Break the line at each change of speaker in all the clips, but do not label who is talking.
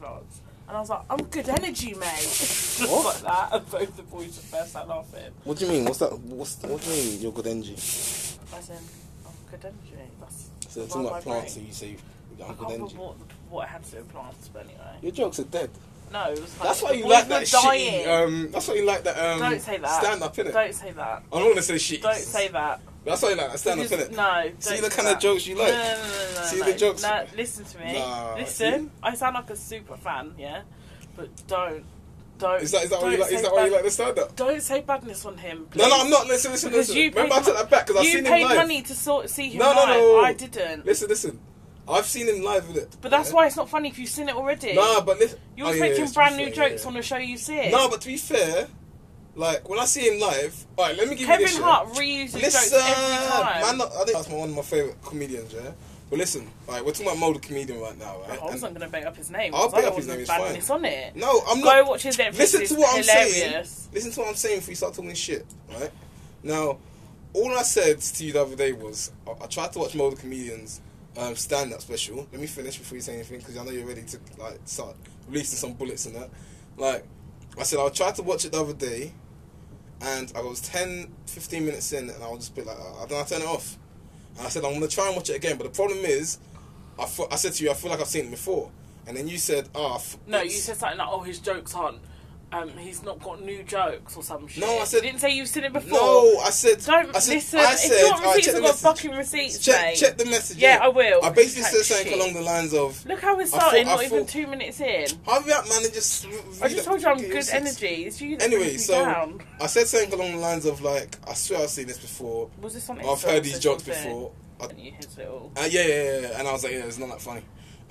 God. And I was like, I'm good energy, mate. Just
What?
like that. And both the boys just burst out laughing.
What do you mean? What's that? What's what do you mean? You're good energy.
As in, I'm good energy. That's
So
that's
talking
my
about plants, so
brain.
you say
I
I'm
can't
good
remember
energy.
what, what it had to do with plants, but anyway.
Your jokes are dead.
No, it was like,
That's why
the
you
boys
like
were
that
dying.
shitty. Um, that's why you like that. Um,
don't say that.
Stand up, innit?
Don't say that.
I don't want to say shit.
Don't say that.
That's why you like that. Stand up,
Because-
innit?
No. Don't
See
say
the kind
that.
of jokes you like.
No, no, no, no,
See
no.
the jokes?
No, listen to me.
Nah,
listen.
see?
I sound like a super fan, yeah, but don't, don't.
Is that is that why
don't
you like? Is
say
that why you
bad-
like the stand up?
Don't say badness on him. Please.
No, no, I'm not. Listen, listen,
Because
listen.
you
Remember, I
paid
took that back because I've
you
seen
paid
him live.
money to sort see him
No, no,
live.
no.
I didn't.
Listen, listen. I've seen him live with it.
But that's why it's not funny if you've seen it already.
Nah, but listen.
You're
oh, yeah,
expecting
yeah, to be
brand new
fair, yeah,
jokes
yeah.
on a show you see.
No, but to be fair, like when I see him live, all right, let me give you this.
Kevin
yeah.
Hart reuses jokes
Listen,
every time.
man, I think that's my, one of my favorite comedians. Yeah, but listen, all right, we're talking about Mo the comedian right now, right?
Oh, I
And-
wasn't going to bait up his name.
I'll
'cause
bait
I
up his name, it's fine.
badness on it.
no, I'm
Go
not.
watch his Netflix.
Listen
it's
to what I'm saying.
hilarious.
Listen to what I'm saying before you start talking shit, right? Now, all I said to you the other day was I, I tried to watch Mo the comedian's um, stand-up special. Let me finish before you say anything because I know you're ready to like start releasing some bullets and that. Like I said, I tried to watch it the other day, and I was 10, 15 minutes in, and I was just a bit like, uh, then I turned it off. And I said, I'm gonna try and watch it again, but the problem is, I, fe- I said to you, I feel like I've seen it before, and then you said, ah, f-
No, you said something like, "Oh, his jokes aren't. Um, he's not got new jokes or some shit."
I said-
you didn't say you've seen it before.
No, I said.
Don't
I said,
listen.
I
if you
said,
want
alright,
receipts, I've
check the
got
message.
fucking receipts,
Check,
mate.
check the message.
Yeah, I will.
I basically
Chat
said something
shit.
along the lines of
Look how we're
thought-
starting.
I
not even
thought-
two minutes in.
Harvey that man and just. re-
I
read
just
that-
told you I'm
get
good
your six.
energy. It's you that brings
Anyway,
me
so
down.
I said something along the lines of like, I swear I've seen this before.
Was this on
I've
Insta
heard
or
these
something?
jokes before. I,
And you his little.
uh, yeah, yeah, yeah, yeah, and I was like, yeah, it's not that funny.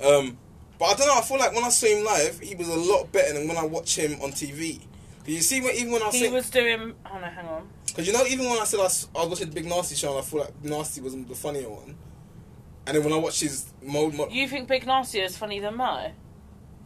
Um, but I don't know. I feel like when I saw him live, he was a lot better than when I watch him on TV. 'Cause you see, when, even when I was
He
saying-
was doing. Oh no, hang on.
Because you know, even when I said I, s- I was watching the Big Nasty show, and I thought like Nasty was the funnier one. And then when I watched his Mo, Mo
You think Big Nasty is funny than Mo?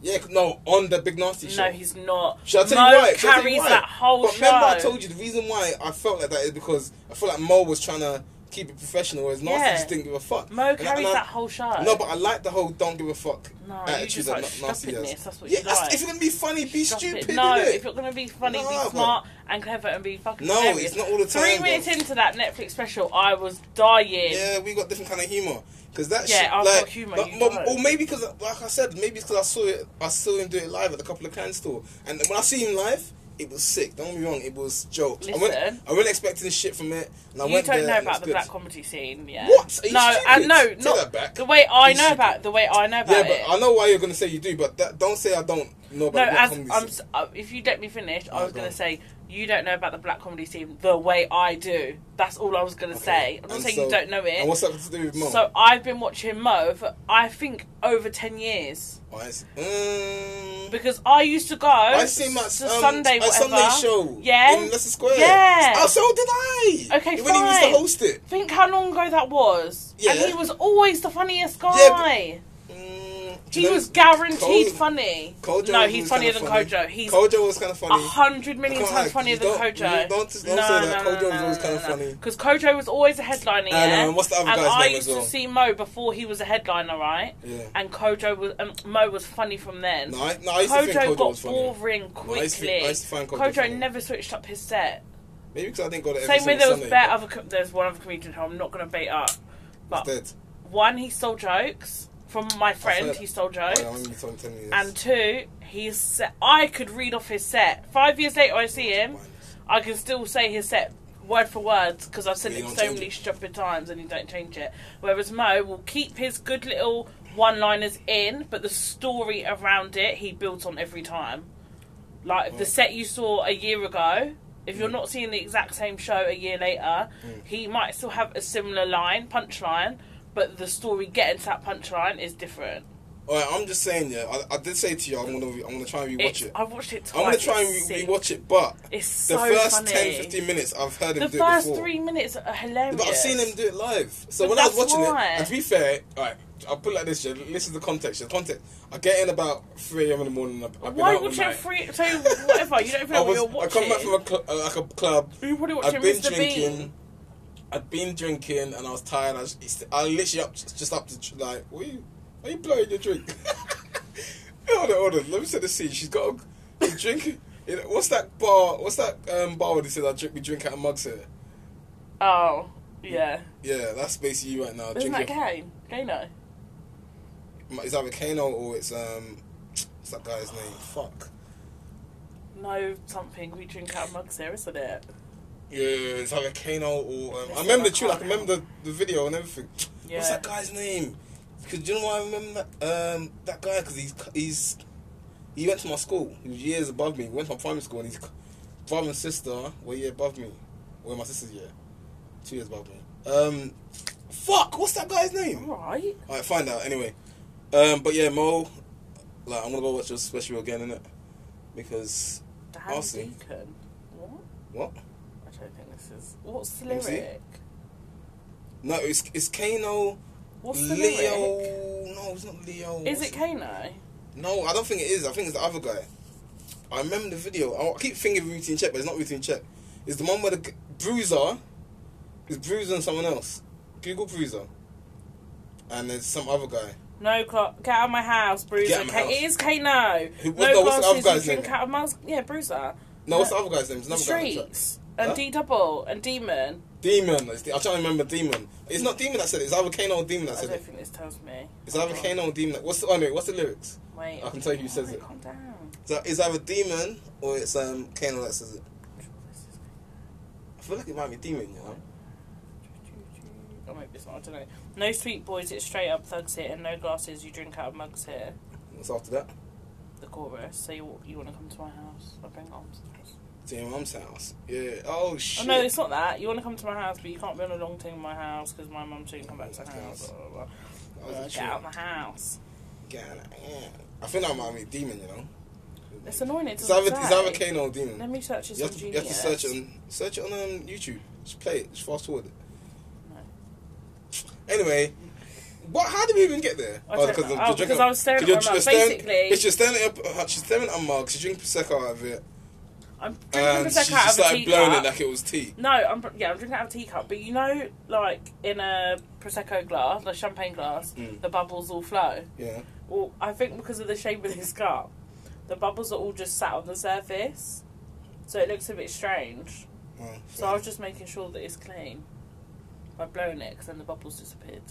yeah, no, on the Big Nasty show.
No, he's not.
Shall I tell
Mo
you why? Shall I tell
carries
you why?
that whole
But
show.
remember, I told you the reason why I felt like that is because I felt like Mo was trying to keep it professional, whereas Nasty
Yeah.
just didn't give a fuck.
Mo
And I-
carries
and I-
that whole show.
No, but I like the whole "don't give a fuck"
No, you
attitude
just
that
like
Na- Nasty
stupidness,
has.
that's what
yeah,
you
that's-
like.
if you're gonna be funny, be
Stop it.
stupid.
No,
innit?
if you're gonna be funny,
No,
be
but-
smart and clever and be fucking.
No,
hilarious.
it's not all the
Three
time,
minutes
bro.
into that Netflix special, I was dying.
Yeah, we got different kind of humor because that
Yeah,
shit,
I've
like,
got humour,
like,
you
mo-
don't.
or maybe because, like I said, maybe it's because I saw it, I saw him do it live at the couple of cans store, and when I see him live, it was sick. Don't get me wrong, it was jokes. I went,
Listen.
I wasn't expecting shit from it, and I
You
went
don't
there
know
and it was
about the
good.
black comedy scene, yeah?
What? Are you
no,
stupid?
and no,
Take that
not
back.
the way I
You
know
stupid.
about the way I know about
Yeah, but
it.
I know why you're gonna say you do, but that, don't say I don't know
no,
about black
as
comedy
I'm,
scene.
s- uh, if you let me finish,
No,
I was
go
going
on.
to say you don't know about the black comedy scene the way I do. That's all I was going to
Okay.
say. I'm not
And
saying
so-
you don't know
And
it.
what's that got to do with Mo?
So I've been watching Mo for I think over ten years.
Oh, I see. Mm.
Because I used to go. I
I see my um,
Oh, Sunday
my
whatever.
Sunday show.
Yeah.
in Leicester Square.
Yeah.
Oh, so did I.
Okay,
When he used to
fine.
host it.
Think how long ago that was. And
Yeah.
he was always the funniest guy.
Yeah, Mm,
he
no,
was guaranteed
Ko-
funny.
Kojo
no,
was
he's
kinda
funnier than
funny.
Kojo. He's a
Kojo was kind of funny.
hundred
I
million
can't
times
lie,
funnier
you
than
don't-
Kojo.
you don't- don't say that. Kojo was always kinda funny.
Because Kojo was always a headliner. Yeah?
And, um, what's the other
and
guy's
I
name
used
as well?
to see Mo before he was a headliner, right?
Yeah.
And Kojo was um, Mo was funny from then.
No, I, no, I used to think
Kojo
Kojo
got
was funny.
boring
No, I used to
quickly.
think- I used to find Kojo funny.
Kojo never switched up his set.
Maybe because I didn't go to every
Same way
single
there was
Sunday,
bare
but
other co- there's one other comedian who I'm not gonna bait up, but
Dead.
one he stole jokes from my friend.
heard-
He stole
Oh,
jokes,
yeah, I remember you told- telling me this.
and two he's se- I could read off his set. Five years later, I see him, I can still say his set word for word because I've said
Yeah, you
it
don't
so
change
many
it.
stupid times and he don't change it. Whereas Mo will keep his good little one-liners in, but the story around it he builds on every time. Like the
Right. Mm.
set you saw a year ago, if you're not seeing the exact same show a year later, he might still have a similar line, punchline, but the story getting to that punchline is different.
All right, I'm just saying. Yeah, I, I did say to you, I'm gonna, re- I'm gonna try and rewatch
It's-
it.
I watched it twice.
I'm gonna try and
it's
re-
sick.
rewatch it, but
It's
the
so
first
funny.
10, 15 minutes I've heard him
the
do
first
it before.
three minutes are hilarious.
But I've seen him do it live. So
But
when I was
that's
watching
why.
it, and to be fair, alright, I'll put it like this, yeah, this is the context, the context. I get in about 3 a.m. in the morning, I've, I've been
Why
out all
would you
night.
free? So whatever you don't even know
I,
what
was,
you're
I
watching.
come back from a, cl- uh, like a club,
You're probably watching
I've been
Mr.
drinking,
Bean.
I'd been drinking and I was tired, I, was, I literally up, just up to, tr- like, what are you, are you blowing your drink? Hold on, hold on. Let me set the scene. She's got a she's drinking. You know, what's that bar? What's that um, bar where they said I drink, we drink out of mugs eh? here?
Oh, yeah.
Yeah, that's basically you right now.
Isn't that
drinking.
Kane? Kano.
It's either Kano or it's um, what's that guy's name? Fuck.
No, something we drink out of mugs here, isn't it?
Yeah, it's either Kano or um,
That's
I
what
remember the
I
tune. Like, I
can't
remember the, the video and everything.
Yeah.
What's that guy's name? Because you know why I remember that, um, that guy? Because he's he's he went to my school. He was years above me. He went to my primary school, and his brother and sister were a year above me. Well, my sister's year, two years above me. Um, fuck. What's that guy's name?
Right.
All right, find out anyway. Um, but yeah, Mo, like I'm gonna go watch your special again, innit? Because
Dan
I'll see.
Deacon. What?
what?
I don't think this is. What's the
Let me see.
lyric?
No, it's it's Kano.
What's the
Leo.
lyric?
No, it's not Leo.
Is
What's
it Kano?
No, I don't think it is. I think it's the other guy. I remember the video. I keep thinking routine check, but it's not routine check. It's the one where the g- bruiser is bruising someone else. Google bruiser, and there's some other guy.
No, Clark, get out of my house, Bruiser.
Get out of my
Ka-
house.
It is Kano.
Who-
no,
no, what's the other
glasses,
guy's
you drink
name?
out of mugs. Yeah, Bruiser.
No, what's the
No.
other guy's name? It's
The
another guy on the track.
streets. And
Huh?
D Double and Demon.
Demon. It's the, I'm trying to remember Demon. It's not Demon that said it. It's either Kano or Demon that
I
said
don't
it.
think this tells me.
It's either
Hold on.
Kano or Demon. That, what's the, oh no, what's the lyrics?
Wait.
I can tell you who says
Alright,
it.
Calm down.
So it's either Demon or it's um Kano that says it.
I'm sure this is-
I feel like it might be Demon, you know.
Oh, maybe it's not. I don't know. No sweet boys, it's straight up thugs here, and no glasses, you drink out of mugs here.
What's after that?
The chorus. So you, you want to come to my house? I bring arms.
To your mum's house. Yeah. Oh
Oh
shit.
no, it's not that. You want to come to my house, but you can't be on a long thing in my house because my mum shouldn't come back to the house. Blah, blah, blah.
That was a
Uh, Get
tune.
out of my house.
God, yeah. I feel like might be demon, you know.
It's annoying. It
It's either,
doesn't
it's either
say.
Kano or demon.
Let me search this
you,
on
have to, you have to
Genius.
search it on search it on um, YouTube. Just play it. Just fast forward it.
No.
Anyway, what? How did we even get there?
I don't know.
the- the
Oh,
drink
because
up-
I was staring at
you're-
my
you're
mug.
staring-
Basically-
it's just staring at her, she's staring at her mug. She's drinking prosecco out of it,
I'm drinking
and she
Prosecco out
just
of a
started blowing
teacup.
it like it was tea.
No, I'm yeah, I'm drinking out of a teacup. But you know, like in a prosecco glass, a champagne glass,
Mm.
the bubbles all flow.
Yeah.
Well, I think because of the shape of this cup, the bubbles are all just sat on the surface, so it looks a bit strange.
Oh,
So I was just making sure that it's clean by blowing it, because then the bubbles disappeared,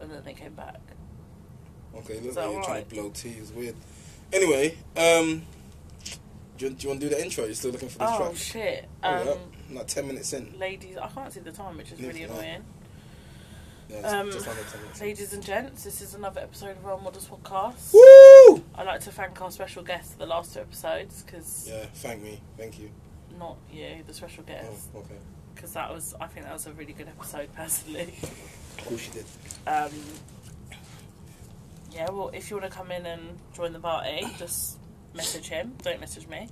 and then they came back.
okay,
Is
look like
that
you're trying
alright?
to blow tea. It's weird. Anyway, um, do you, do you want to do the intro? You're still looking for this
oh
track?
shit!
Oh,
Um,
yeah. Like ten minutes in.
Ladies, I can't see the time, which is
Yeah,
really
no.
annoying.
Yeah, it's
Um,
just under ten minutes.
Ladies and gents, this is another episode of Role Models Podcast.
Woo!
I'd like to thank our special guest for the last two episodes because
Yeah, thank me. Thank you.
not you, the special guest,
Oh, okay.
because that was I think that was a really good episode personally.
Cool, she did.
Um, yeah, well, if you want to come in and join the party, just message him. Don't message me.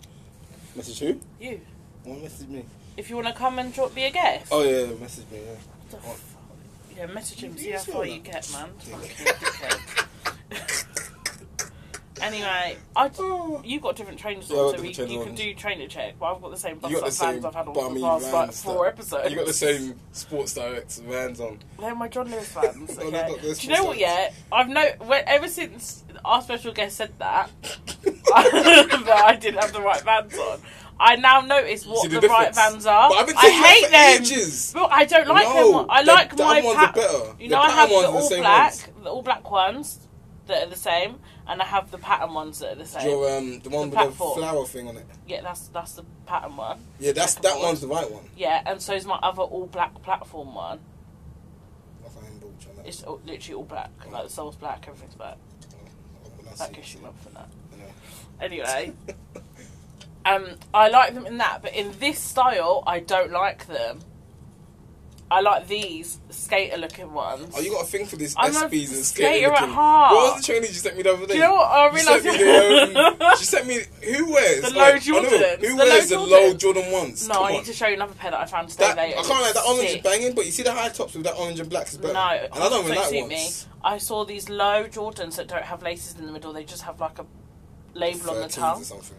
Message who?
You,
One message me.
if you want to come and drop me a guest.
Oh, yeah, message me, yeah.
What the
what?
fuck? Yeah, message him.
You
See how
saw
far
that.
you get, man.
Yeah.
Fucking dickhead. anyway, I.
Oh.
You've got different trainers
Yeah,
on,
I've got
so we,
different
you
trainers
can
on.
do trainer check, but I've got the same bus
You got the
up vans
same
I've had all the
bummy
past like
vans
four
that-
episodes.
You got the same Sports Direct vans on.
They're my John Lewis vans.
No, no,
Okay.
no, Oh, they're
do you know what?
Sports
Yeah, I've no. When, ever since our special guest said that, that I
I
didn't have the right vans on. I now notice what
See
the,
the
right
difference?
vans are.
But I've been
I
taking
hate
that for
them.
ages.
But I don't like
No,
them. I
the
like
damn
my
ones
pa-
are better.
You
The
know, I
pattern
have the
ones are the
all
same
black,
ones.
the all black ones that are the same, and I have the pattern ones that are the same.
Your, um, the
The
one with the
platform.
flower thing on it.
Yeah, that's that's the pattern one.
Yeah, that's
Second
that
one.
one's the right one.
Yeah, and so is my other all black platform one.
I can't remember which one that
It's all, literally all black. Like the soul's black, everything's black.
is. Oh, well, that's
That
it,
gives you
yeah.
up for that.
Yeah.
Anyway, um, I like them in that, but in this style, I don't like them. I like these skater-looking ones.
Oh, you got a thing for this
I'm a
SBs and
skater
skating.
at
looking-
heart.
What was the trainers you sent me the other day?
Do you know what? I
She sent
realised
me the, um, she sent me who wears
The low
like, I
Jordans.
don't know, Who
The low
wears the low
Jordans.
Jordan ones?
No,
Come
I
on.
need to show you another pair that I found today.
That, I
later.
can't lie. That orange
Sick.
is banging, but you see the high tops with that orange and black is better.
No,
and I don't even
don't
like
suit
ones.
me. I saw these low Jordans that don't have laces in the middle. They just have like a label on the
13s or
tongue.
something.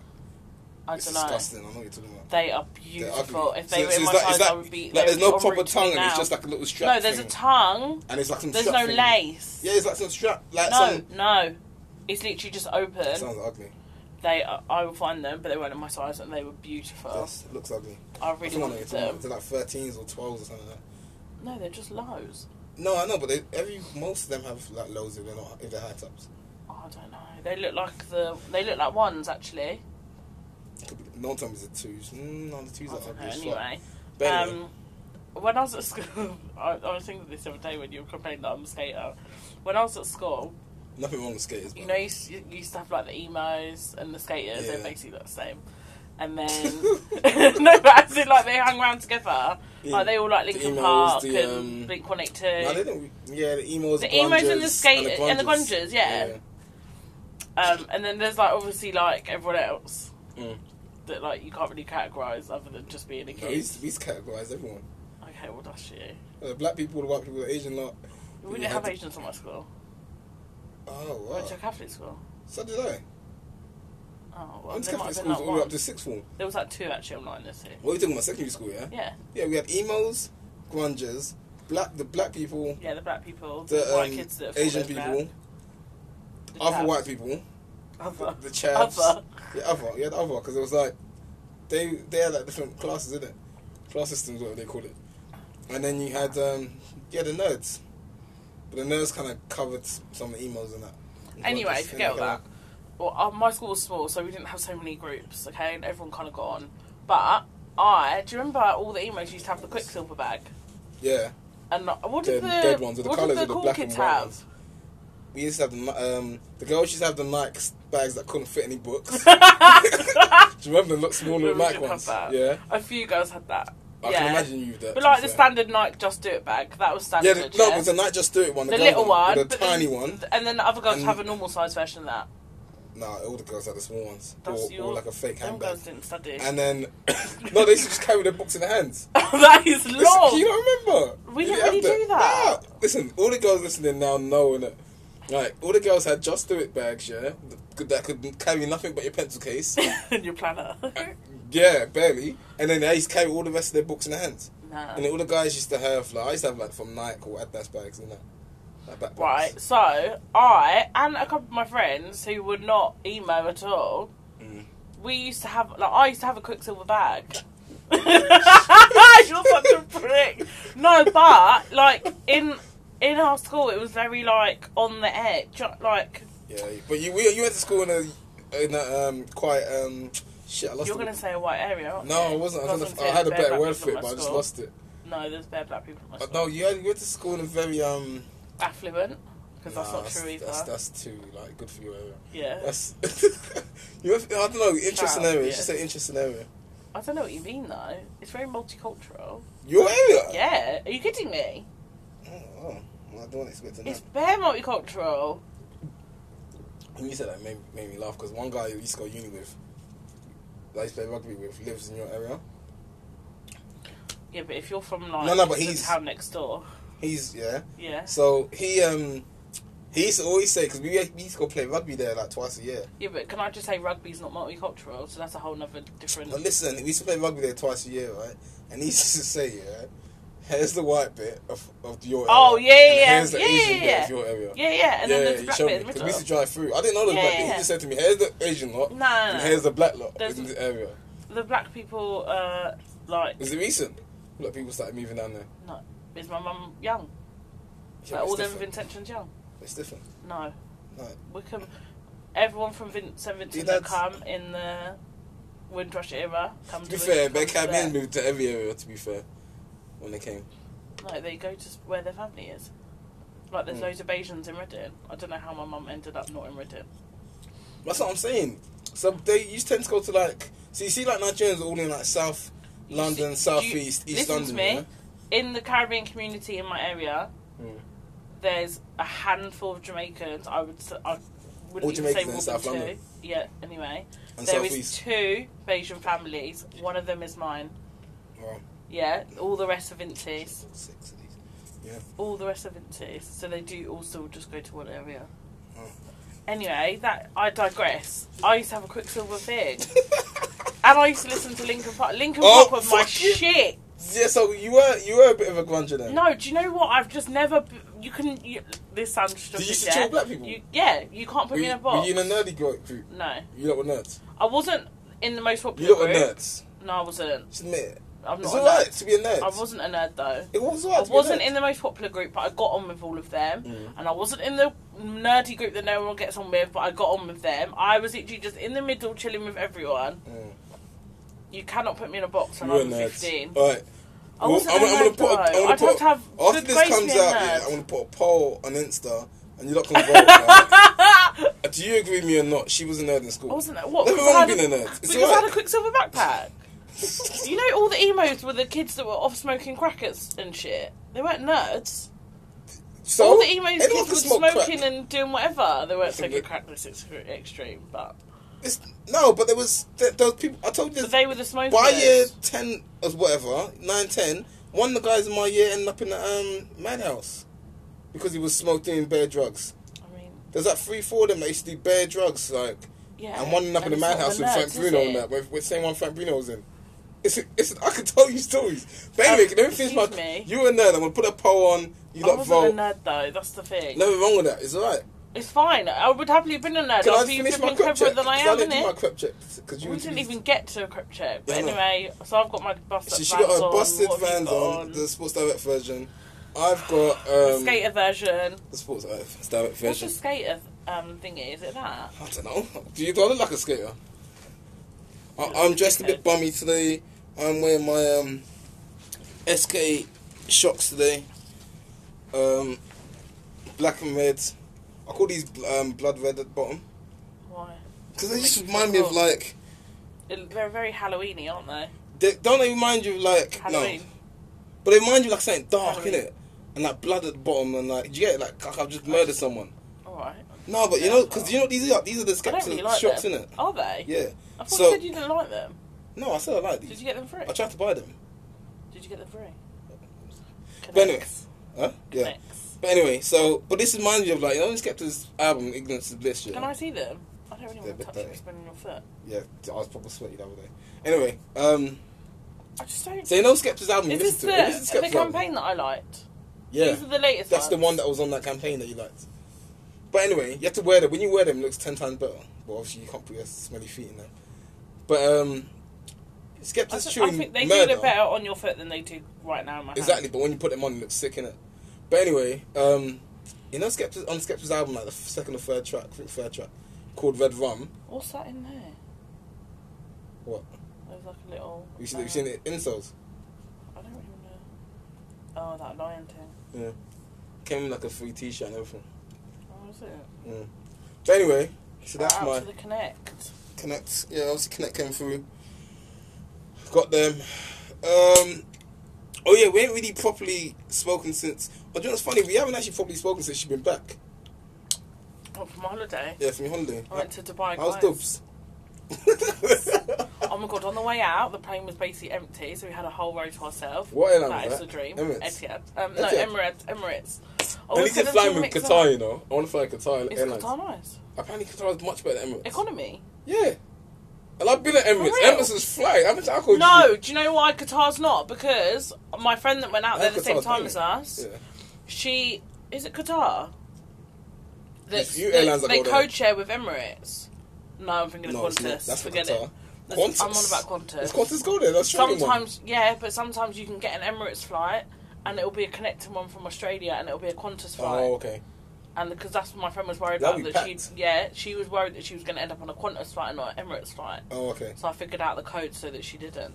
I
It's
don't know.
disgusting. I know what you're talking about.
They are
They're
beautiful.
ugly.
If they
So-
were
so
in
is
my
that-
size,
is that-
I would be.
like,
they
there's
would
no
be en
proper
route to me
tongue, and
now.
it's just like a little strap.
no. There's a
thing.
tongue.
and it's like some
There's
strap
no
thing.
lace.
Yeah, it's like some strap, like
no,
some
no. It's literally just
It
open.
sounds ugly.
They, I will find them, but they weren't in my size, and they were beautiful.
Yes, it looks ugly.
I
I
really
think
wanted
it's like
them.
they're like 13s or 12s or something like that.
No, they're just lows.
No, I know, but they, every most of them have like lows if they're not if they're high tops.
Oh, I don't know. They look like the. They look like ones actually.
Could be, no, time is a twos. Mm, no, the twos
I
are
don't know.
ugly. as fuck.
Anyway,
But anyway,
um, when I was at school, I, I was thinking this the other day when you were complaining that I'm a skater. When I was at school,
nothing wrong with skaters.
you
but-
know, you, s- you used to have like the emos and the skaters.
Yeah.
They're basically the same. And then no, but as in like they hung around together.
Yeah.
Like they all like
The
Linkin
emos,
Park
the,
and
um,
Blink One Eight Two.
No, they don't. Yeah, the emos,
The emos and the skate-
grunges,
and the grunges, yeah. Um, and then there's like obviously like everyone else
Mm.
that like you can't really categorize other than just being a
No,
kid.
we used to, we used to categorize everyone.
Okay, well that's you.
Uh, black people, the white people, the Asian lot.
We
Yeah,
didn't have
the-
Asians at my school.
Oh
I
wow.
went to a Catholic school.
So did I.
Oh
I
well,
went to
there might
Catholic
have been
schools
like
all the way
one.
up to sixth form.
There was like two actually. I'm not in this here.
What are we talking about? Secondary school, yeah.
Yeah,
Yeah, we had emos, grunges, black the black people,
yeah, the black people, the,
the
white
um,
kids that
Asian
thought they were
people,
black, the
other
chaps.
white people,
other,
the chavs.
other.
The other, yeah, the other, because it was like they they had like different classes, didn't it? Class systems, whatever they call it. And then you had um yeah the nerds, but the nerds kind of covered some of the emos and that.
Anyway,
Just-
forget all
kinda-
that. Well, uh, my school was small, so we didn't have so many groups. Okay, and everyone kind of got on. But I, do you remember all the emos used to have the Quicksilver bag?
Yeah,
And like, what did
The
the,
dead ones with the
what did
colours
the
of the
cool
black
kids
and white
have?
ones. we used to have the mi- um the girls used to have the Nike bags that couldn't fit any books. Do you remember the lot smaller
Women
Nike
didn't have
ones?
that.
Yeah,
A few girls had that.
I
yeah.
can imagine you with that.
But
to
like
be
the
fair.
standard Nike Just Do It bag, that was
Yeah,
standard.
the,
Yeah,
no, it was the Nike Just Do It one, the,
the
girl
little one,
with the
but
tiny
then,
one.
and then the other girls
and-
have a normal size version of that.
Nah, all the girls had the small ones, or,
That's
or
your-
like a fake
Them
handbag.
girls didn't study.
And then, no, they used to just carry their books in their hands.
that is
Listen,
long.
you don't remember?
We
You
didn't really
have
do that.
Nah. Listen, all the girls listening now know that. Like all the girls had just do it bags, yeah, th- that could carry nothing but your pencil case.
and your planner.
yeah, barely. And then they used to carry all the rest of their books in their hands.
nah.
And then all the guys used to have like I used to have like from Nike or Adidas bags and that, like backpacks.
Right, so I and a couple of my friends who were not emo at all,
Mm.
we used to have like I used to have a Quicksilver bag. You're such a prick. No, but like in in our school, it was very like on the edge, uh, like
Yeah, but you we, you went to school in a in a um quite um shit. I lost.
you're
it.
gonna say a white area. Aren't
No,
you?
I wasn't. I,
Because
was
I'm
gonna, I
saying
had a
bare
better
black
word
people at
for it,
my
but I just
school.
lost it.
No, there's bare black people. At my
Uh,
school.
No, you, had, you went to school in a very um.
affluent because that's
nah,
not true either.
That's, that's too like good for you area.
yeah,
That's you. Have, I don't know. Interesting
Shout out,
area.
yeah.
She said interesting area.
I don't know what you mean though. It's very multicultural.
Your area.
Yeah, are you kidding me?
Oh, oh, well, I don't expect to know.
It's bare multicultural.
When you said that, it made, made me laugh because one guy I used to go uni with, that I used to play rugby with, lives in your area.
Yeah, but if you're from like
No, no, but
the
he's-
town next door,
He's yeah.
yeah,
So he um. He used to always say, because we, we used to go play rugby there like twice a year.
yeah. But can I just say rugby's not multicultural? So that's a whole nother different.
But listen, we used to play rugby there twice a year, right? And he used to say, yeah, here's the white bit of, of your area.
Oh, yeah,
and
yeah,
Here's the
yeah,
Asian
yeah,
bit
yeah.
of your area.
Yeah, yeah, and then there's
he
the black
showed
bit in
me,
the
'cause
middle.
We used to drive through. I didn't know the
Yeah,
black
yeah,
bit. He
yeah.
just said to me, here's the Asian lot.
No, no,
And
no.
here's the black lot
There's-
in this area.
The black people, uh, like,
Was it recent? Black people started moving down there.
is my mum young?
Yeah,
like,
it's
all them
different.
Vincentians young?
It's different.
No,
No.
Wickham. Everyone from Vin- St Vincent that
that's-
come in the Windrush era come
To be
to
fair,
come
they
to
came
there.
in moved to every area, to be fair, when they came.
No, they go to where their family is. Like, there's
Mm.
loads of Asians in Redding. I don't know how my mum ended up not in Redding.
That's what I'm saying. So they used tend to go to like. So you see, like Nigerians are all in like South
You
London,
see- do you-
South East, East
listen
London.
to me.
yeah?
In the Caribbean community in my area,
Mm.
there's a handful of Jamaicans. I would s- I would
All
even
Jamaicans
say
in
more than
South
two.
London.
Yeah. Anyway,
And
there
South
is
East.
two Bayesian families. One of them is mine.
Wow.
Yeah. All the rest of Intis.
Six of these.
All the rest of Intis. So they do also just go to one area.
Oh.
Anyway, that I digress. I used to have a Quicksilver thing, and I used to listen to Linkin Park. Linkin
Oh,
Park was my
fuck you.
shit.
yeah, so you were you were a bit of a grunge then.
No, do you know what? I've just never b- you can. You, this sounds stupid.
used to
yeah?
troll black people?
You, yeah, you can't put
Were
me
you,
in a
were
box.
you in a nerdy gro- group?
no,
You lot were nerds.
I wasn't in the most popular
You lot were
group.
nerds.
No, I wasn't.
Just admit it.
I'm not.
It's
a nerd.
alright to be a nerd.
I wasn't a nerd though.
It was
I
alright. to be a
wasn't
nerd.
in the most popular group, but I got on with all of them.
Mm.
And I wasn't in the nerdy group that no one gets on with, but I got on with them. I was literally just in the middle, chilling with everyone.
Mm.
You cannot put me in a box when
You
I
were
was
nerds.
15.
All right.
I
Well,
wasn't
I'm,
a
I'm gonna
nerd,
put. A, I'm
though.
gonna
I'd
put.
have to have
after
good
this
grades
comes
being
out, yeah,
nerds.
I'm gonna put a poll on Insta, and you lot can vote. right? Uh, Do you agree with me or not? She was a nerd in school.
I wasn't. What?
Nothing
because I
wrong
had
with being a nerd. It's
Because I
alright.
had a Quicksilver backpack. you know, all the emos were the kids that were off smoking crackers and shit. They weren't nerds.
So
all the emos
anyone
kids
can
were
smoke
smoking
crack.
and doing whatever. They weren't smoking
Look.
crack. This is extreme, but
It's, no, but there was there, there was people. I told you.
but they were the smokers.
by year ten or whatever, nine ten, one of the guys in my year ended up in the um, madhouse because he was smoking bare drugs.
I mean,
There's like three, four of them that used to do bare drugs, like
yeah.
and one ended up in the
it's not
madhouse
the
with
nerds,
Frank
is
Bruno
it?
and that, with, with the same one Frank Bruno was in. It's, it's, I could tell you stories. But anyway,
Um,
let me finish my.
excuse me.
You were a nerd. I'm gonna put a poll on. You
I
lot
wasn't
vote.
a nerd though. That's the thing.
Nothing wrong with that. It's alright.
It's fine. I would happily have been a nerd.
Can
I'll
I
be
finish my
flipping
crop check?
cleverer than I
'Cause
am
didn't
in
do my
it.
crop check because you
We
were too
didn't
busy.
even get to a crop check. But
Yeah, I know.
anyway, so I've got my busted
So she
Vans
got her
on,
busted
what have you
Vans
got
on, the Sports Direct version. I've got um,
skater version.
the Sports Direct- Direct
What's
version.
the skater um, thingy? Is it that?
I don't know. Do you do I look like a skater? I, I'm dressed a bit bummy today. I'm wearing my um, SK shocks today. Um, black and red. I call these um, blood red at the bottom
Why?
because they just remind me of like.
It- They're very Halloweeny, aren't they?
They, don't they remind you of like
Halloween.
no? But they remind you like something dark in
Halloween.
it, and like blood at the bottom, and like you get it, like I've just murdered someone.
All right.
No, but you know, because you know these are these are the
I don't
skeptics
really like
shops,
them.
innit?
Are they?
Yeah.
I thought
So
you said you didn't like them.
no, I said I like
Did
these.
you get them free?
I tried to buy them.
Did you get them free?
But anyway,
Connects.
Huh? Yeah.
Connects.
But anyway, so but this reminds me of like you know the skeptics album Ignorance is Bliss. Yeah.
Can I see them? I don't really
They're a
want to
bit
touch them.
dirty.
It's been on your foot.
Yeah, I was probably sweaty the other day. Anyway, um,
I just don't.
so you know skeptics album.
is
you
this
listen to it. Listen to
the, the
Skepta's album.
campaign that I liked?
Yeah.
These are the latest
That's the
ones.
one that was on that campaign that you liked. But anyway, you have to wear them. When you wear them, it looks ten times better. But obviously, you can't put your smelly feet in them. But um,
I,
Skepta's
th- I
chewing
think they
murder.
do look better on your foot than they do right now in my hand.
Exactly, but when you put them on, it looks sick in it. But anyway, um, you know, Skepta's, on Skepta's album, like the f- second or third track, I think third track, called Red Rum.
What's that in there?
What?
There's like a little.
You seen, you
uh,
seen it? Insoles.
I don't even know. Oh, that lion thing.
Yeah. Came in like a free T-shirt and everything.
What was it?
Yeah. Mm. But anyway, so that's
Shout out
my.
to the Connect.
Connect, yeah, obviously Connect came through. Got them. Um, oh yeah, we ain't really properly spoken since. Oh, do you know what's funny? We haven't actually properly spoken since she's been back.
Oh, from holiday.
Yeah, from your holiday.
I went to Dubai.
How's
guys.
Dubs?
Oh my god! On the way out, the plane was basically empty, so we had a whole row to ourselves.
What airline
That
was
is
that?
the dream.
Emirates?
Etihad. Um, no,
Etihad?
Emirates. Emirates. I
At
was
least they
gonna
fly
do
with
mix up.
Qatar, you know. I want to fly Qatar
Is
Airlines.
Qatar nice?
Apparently Qatar is much better than Emirates.
Economy?
yeah. And I've been at Emirates.
real?
Emirates is fly. How much alcohol
No.
do
Do you know why Qatar's not? Because my friend that went out there
Qatar's
the same time
banging.
as us,
Uh, you drink?
she is it Qatar. That,
It's you
that
airlines that
they
go there.
co-share with Emirates. No, I'm thinking
Yeah.
of
No, it's not.
Qantas.
That's for
Forget
Qatar.
it. That's-
Qantas.
I'm on about Qantas.
It's Qantas Gold there. That's
Sometimes, yeah, but sometimes you can get an Emirates flight, and it'll be a connecting one from Australia, and it'll be a Qantas flight,
Oh, okay.
and because that's what my friend was worried
That'll
about.
be
That she,
packed.
yeah, she was worried that she was going to end up on a Qantas flight and not an Emirates flight.
Oh, okay.
So I figured out the code so that she didn't.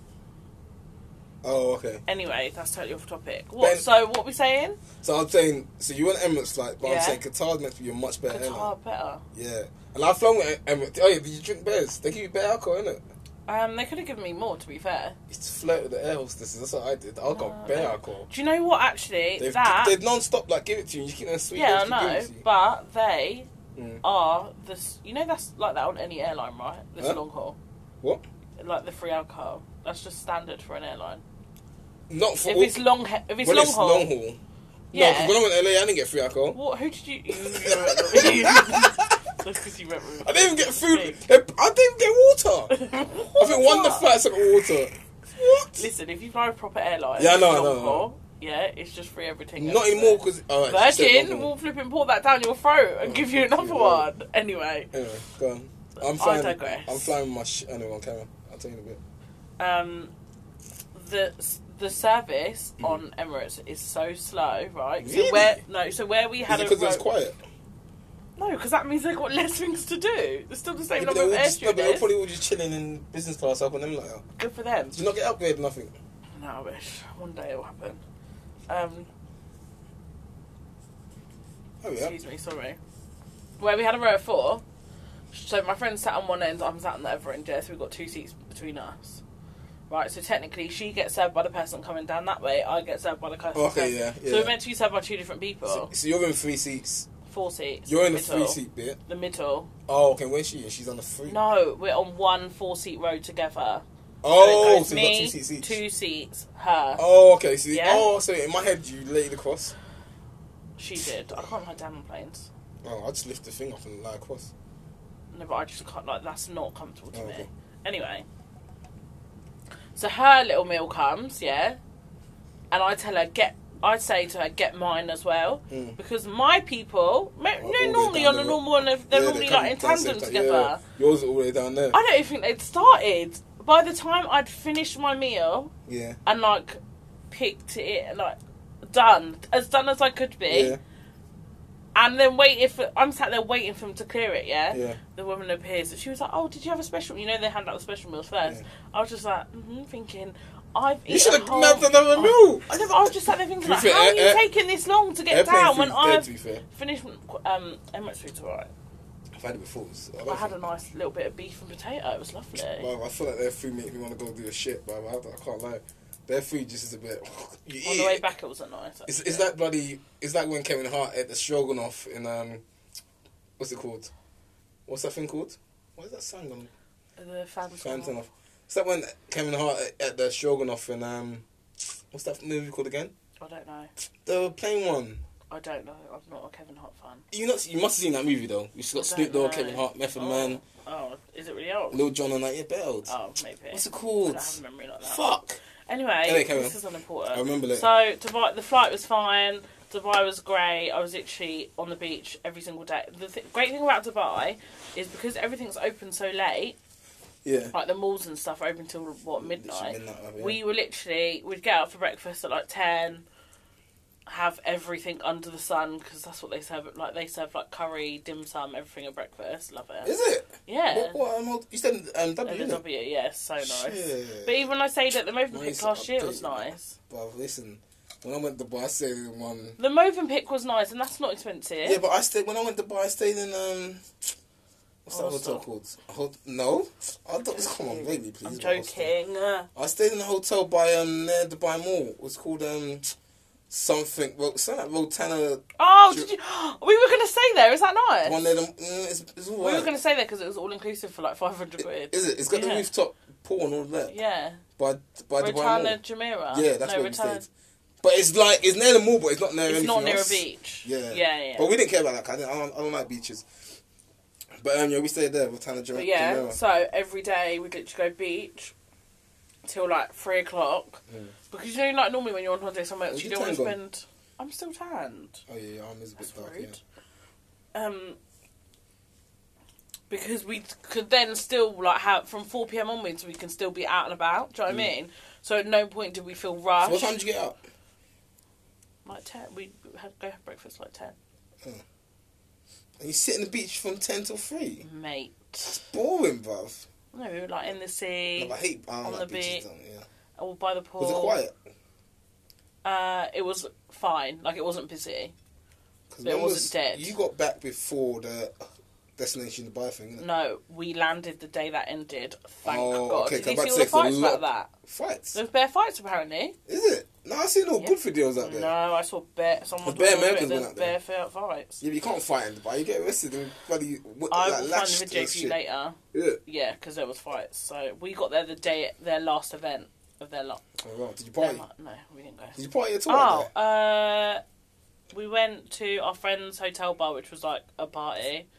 Oh, okay.
Anyway, that's totally off topic. What?
Ben-
so what we saying?
So I'm saying, so you want Emirates flight, but I'm
Yeah.
saying Qatar's meant to be a much better airline.
Qatar better.
Yeah. And I've flown with Emirates. Oh, yeah, did you drink beers? They give you better alcohol, innit?
Um, they could have given me more. To be fair,
You just flirt with the air hostesses. That's what I did. I got
No.
better alcohol.
do you know what? Actually,
They've,
Uh, that
they've non-stop, like, give it to you. You keep them sweet.
yeah,
they
I
just keep
know,
giving it
but they
to you. Mm.
are this. You know, that's like that on any airline, right? This
Huh?
long haul.
What?
like the free alcohol. That's just standard for an airline.
Not for
If
all,
it's long, he- if it's
when
long
it's
haul,
long haul. Yeah.
Yeah.
No, 'cause when I went to LA, I didn't get free alcohol.
what? Who did you? That's because you went with.
I didn't even get food. They- I didn't even get water. I think one of the
What?
flights had water. What?
Listen, if you fly a proper airline,
Yeah, I know, I
long
know, I know.
haul, yeah, it's just free everything.
Not
else.
anymore because all right. she said
Virgin
nothing.
will flipping pull that down your throat and give you another
Yeah.
one. Anyway,
Anyway, go on.
I
I'm flying.
digress.
I'm flying with my sh- anyway on camera. I'll tell you in a bit.
um, the the service on Emirates is so slow, right? So
Hmm. Really?
where no, so where we
Is
had
it
a
because it was
row-
quiet?
no, because that means they've got less things to do. There's still the same
Yeah, but
number
they
of
were just, no, but they were
airstreamers.
probably all just chilling in business class up on them like that.
Good for them.
Did you not get upgraded? Nothing.
No, I wish one day it'll happen. Um,
Oh yeah.
Excuse me, sorry. Where we had a row of four, so my friend sat on one end, I'm sat on the other end, yeah, so we've got two seats between us. Right, so technically she gets served by the person coming down that way, I get served by the person.
Oh, Okay,
coming-
yeah,
So
yeah.
we're meant to be served by two different
So,
people.
so you're in three seats.
Four seats.
You're in the
middle,
three seat bit.
The middle.
Oh, okay. Where's she? She's on the three.
No, we're on one four seat row together.
Oh,
it goes
so, you've got
me,
two seats each.
two seats, her.
Oh, okay. So
Yeah.
oh, so in my head you laid across.
She did. I can't lie down on planes.
Oh, I just lift the thing up and lie across.
No, but I just can't. Like, that's not comfortable to
Oh,
me.
okay.
Anyway, so her little meal comes, yeah, and I tell her get. I say to her get mine as well
Mm.
because my people, ma-
Like, all
no,
the way
normally
down
on
the
a
road.
normal one, they're they're
Yeah, they
normally
come
like in
down the same
tandem
time.
together.
Yeah, yours are all the way down there.
I don't even think they'd started. By the time I'd finished my meal
Yeah.
and like picked it, like done as done as I could be,
Yeah.
and then waited for. I'm sat there waiting for him to clear it.
Yeah.
the woman appears and she was like, "Oh, did you have a special?" You know, they hand out the special meals first.
Yeah.
I was just like, mm thinking, "I've
You should have
whole...
grabbed another meal.
I know, but I was just sat there thinking,
To be
like,
fair, eh,
how are
air-
you taking this long to get
Airplane
down when
food's dead,
I've
To be fair,
finished um, Emirates food's alright.
I've had it before. so I,
I
don't
had a
think-
nice little bit of beef and potato. It was lovely.
Bro, I feel like their food makes me want to go do a shit, bro. I, I can't lie. Their food just is a bit. You
On
eat
the way
it.
back, it wasn't nice.
It's,
actually.
it's like bloody. It's like when Kevin Hart ate the stroganoff in um, what's it called? What's that thing called? What is that sound on?
the phantom.
Phantom of. It's like when Kevin Hart ate- ate the stroganoff in um, what's that movie called again?
I don't know.
The plain one.
I don't know. I'm not a Kevin Hart fan.
You not, you must have seen that movie though. It's got
I don't
Snoop Dogg,
know.
Kevin Hart, Method
Oh.
Man,
Oh, is it really old?
Lil Jon, and that. Yeah, belt.
Oh, maybe.
What's it
I
called?
don't have a memory like that.
Fuck.
Anyway,
Anyway, carry
this
on.
is unimportant.
I remember that.
So Dubai, the flight was fine. Dubai was great. I was literally on the beach every single day. The th- great thing about Dubai is because everything's open so late,
Yeah.
like the malls and stuff are open till what midnight.
Literally midnight, oh, yeah.
We were literally we'd get out for breakfast at like ten, have everything under the sun because that's what they serve. Like they serve like curry, dim sum, everything at breakfast. Love it.
Is it?
yeah.
What, what, um, you said um,
And
W,
the
innit?
W, E, yeah, so nice.
Shit.
But even when I stayed at the Movenpick
Nice
last year, it was
update.
nice.
Bruv, listen, when I went to Dubai, I um, stayed in one.
The Movenpick was nice, and that's not expensive.
Yeah, but I stayed when I went to Dubai. I stayed in um. What's that
Hostel.
hotel called? A hot- no, I thought, come on, really, please.
I'm
what hostel?
joking. Uh,
I stayed in a hotel by um near Dubai Mall. It was called um something. Well, something like Rotana.
Oh,
Do you-
did you? we were gonna stay there. Is that nice?
One near them. Mm, it's, it's all
we
right.
were gonna stay there because it was all inclusive for like 500 quid.
Is it? It's got
Yeah.
the rooftop pool and all that.
Yeah.
By by Dubai Mall.
Rotana Jumeirah.
Yeah, that's
no,
where
Rotana-
we stayed. But it's like it's near the mall, but it's not near
It's
anything
not near a
else.
beach.
Yeah.
Yeah, yeah.
But we didn't care about that. 'cause I, didn't, I, don't, I don't like beaches. But um, yeah, we stayed there with Tana Jam-
But yeah,
Jamera.
so every day we'd literally go beach till like three o'clock because you know, like normally when you're on holiday somewhere else,
Is
you
your
don't want to
tan
spend. I'm still tanned.
Oh yeah, your arm is a bit
That's
dark.
rude. Um, because we could then still like have from four pm onwards, we can still be out and about. Do you know what I
Mm.
mean? So at no point did we feel
Yeah.
rushed.
So what time did you get up?
Like ten, we had go have breakfast like ten.
And you sit on the beach from ten till three.
Mate,
Boring, bruv.
no, we were like in the sea
No, but I hate I don't
On
like
the beach.
beaches. Don't, yeah.
or by the pool.
Was it quiet?
Uh, it was fine. Like it wasn't busy.
Because
But it wasn't dead.
You got back before the destination to buy thing. innit?
No, we landed the day that ended. Thank
Oh,
God.
okay,
Did you see
come back
all the
to say, 'cause
fights
a
about that?
lot- Fights?
There was bare fights apparently.
Is it? No, I've seen all
Mm. Yeah.
good videos out there.
No, I saw bare. Someone
The bare
told me
Americans
there's
went out there.
bare fair fights.
Yeah, but you can't fight in Dubai. You get arrested and bloody what,
I
like,
will find the
lashed
video
and
for you
shit.
later.
Yeah.
Yeah, because there was fights. So we got there the day their last event of their lot.
Oh, wow. Did you party?
No, we didn't go.
Did you party at all? out
Oh, uh, we went to our friend's hotel bar, which was like a party,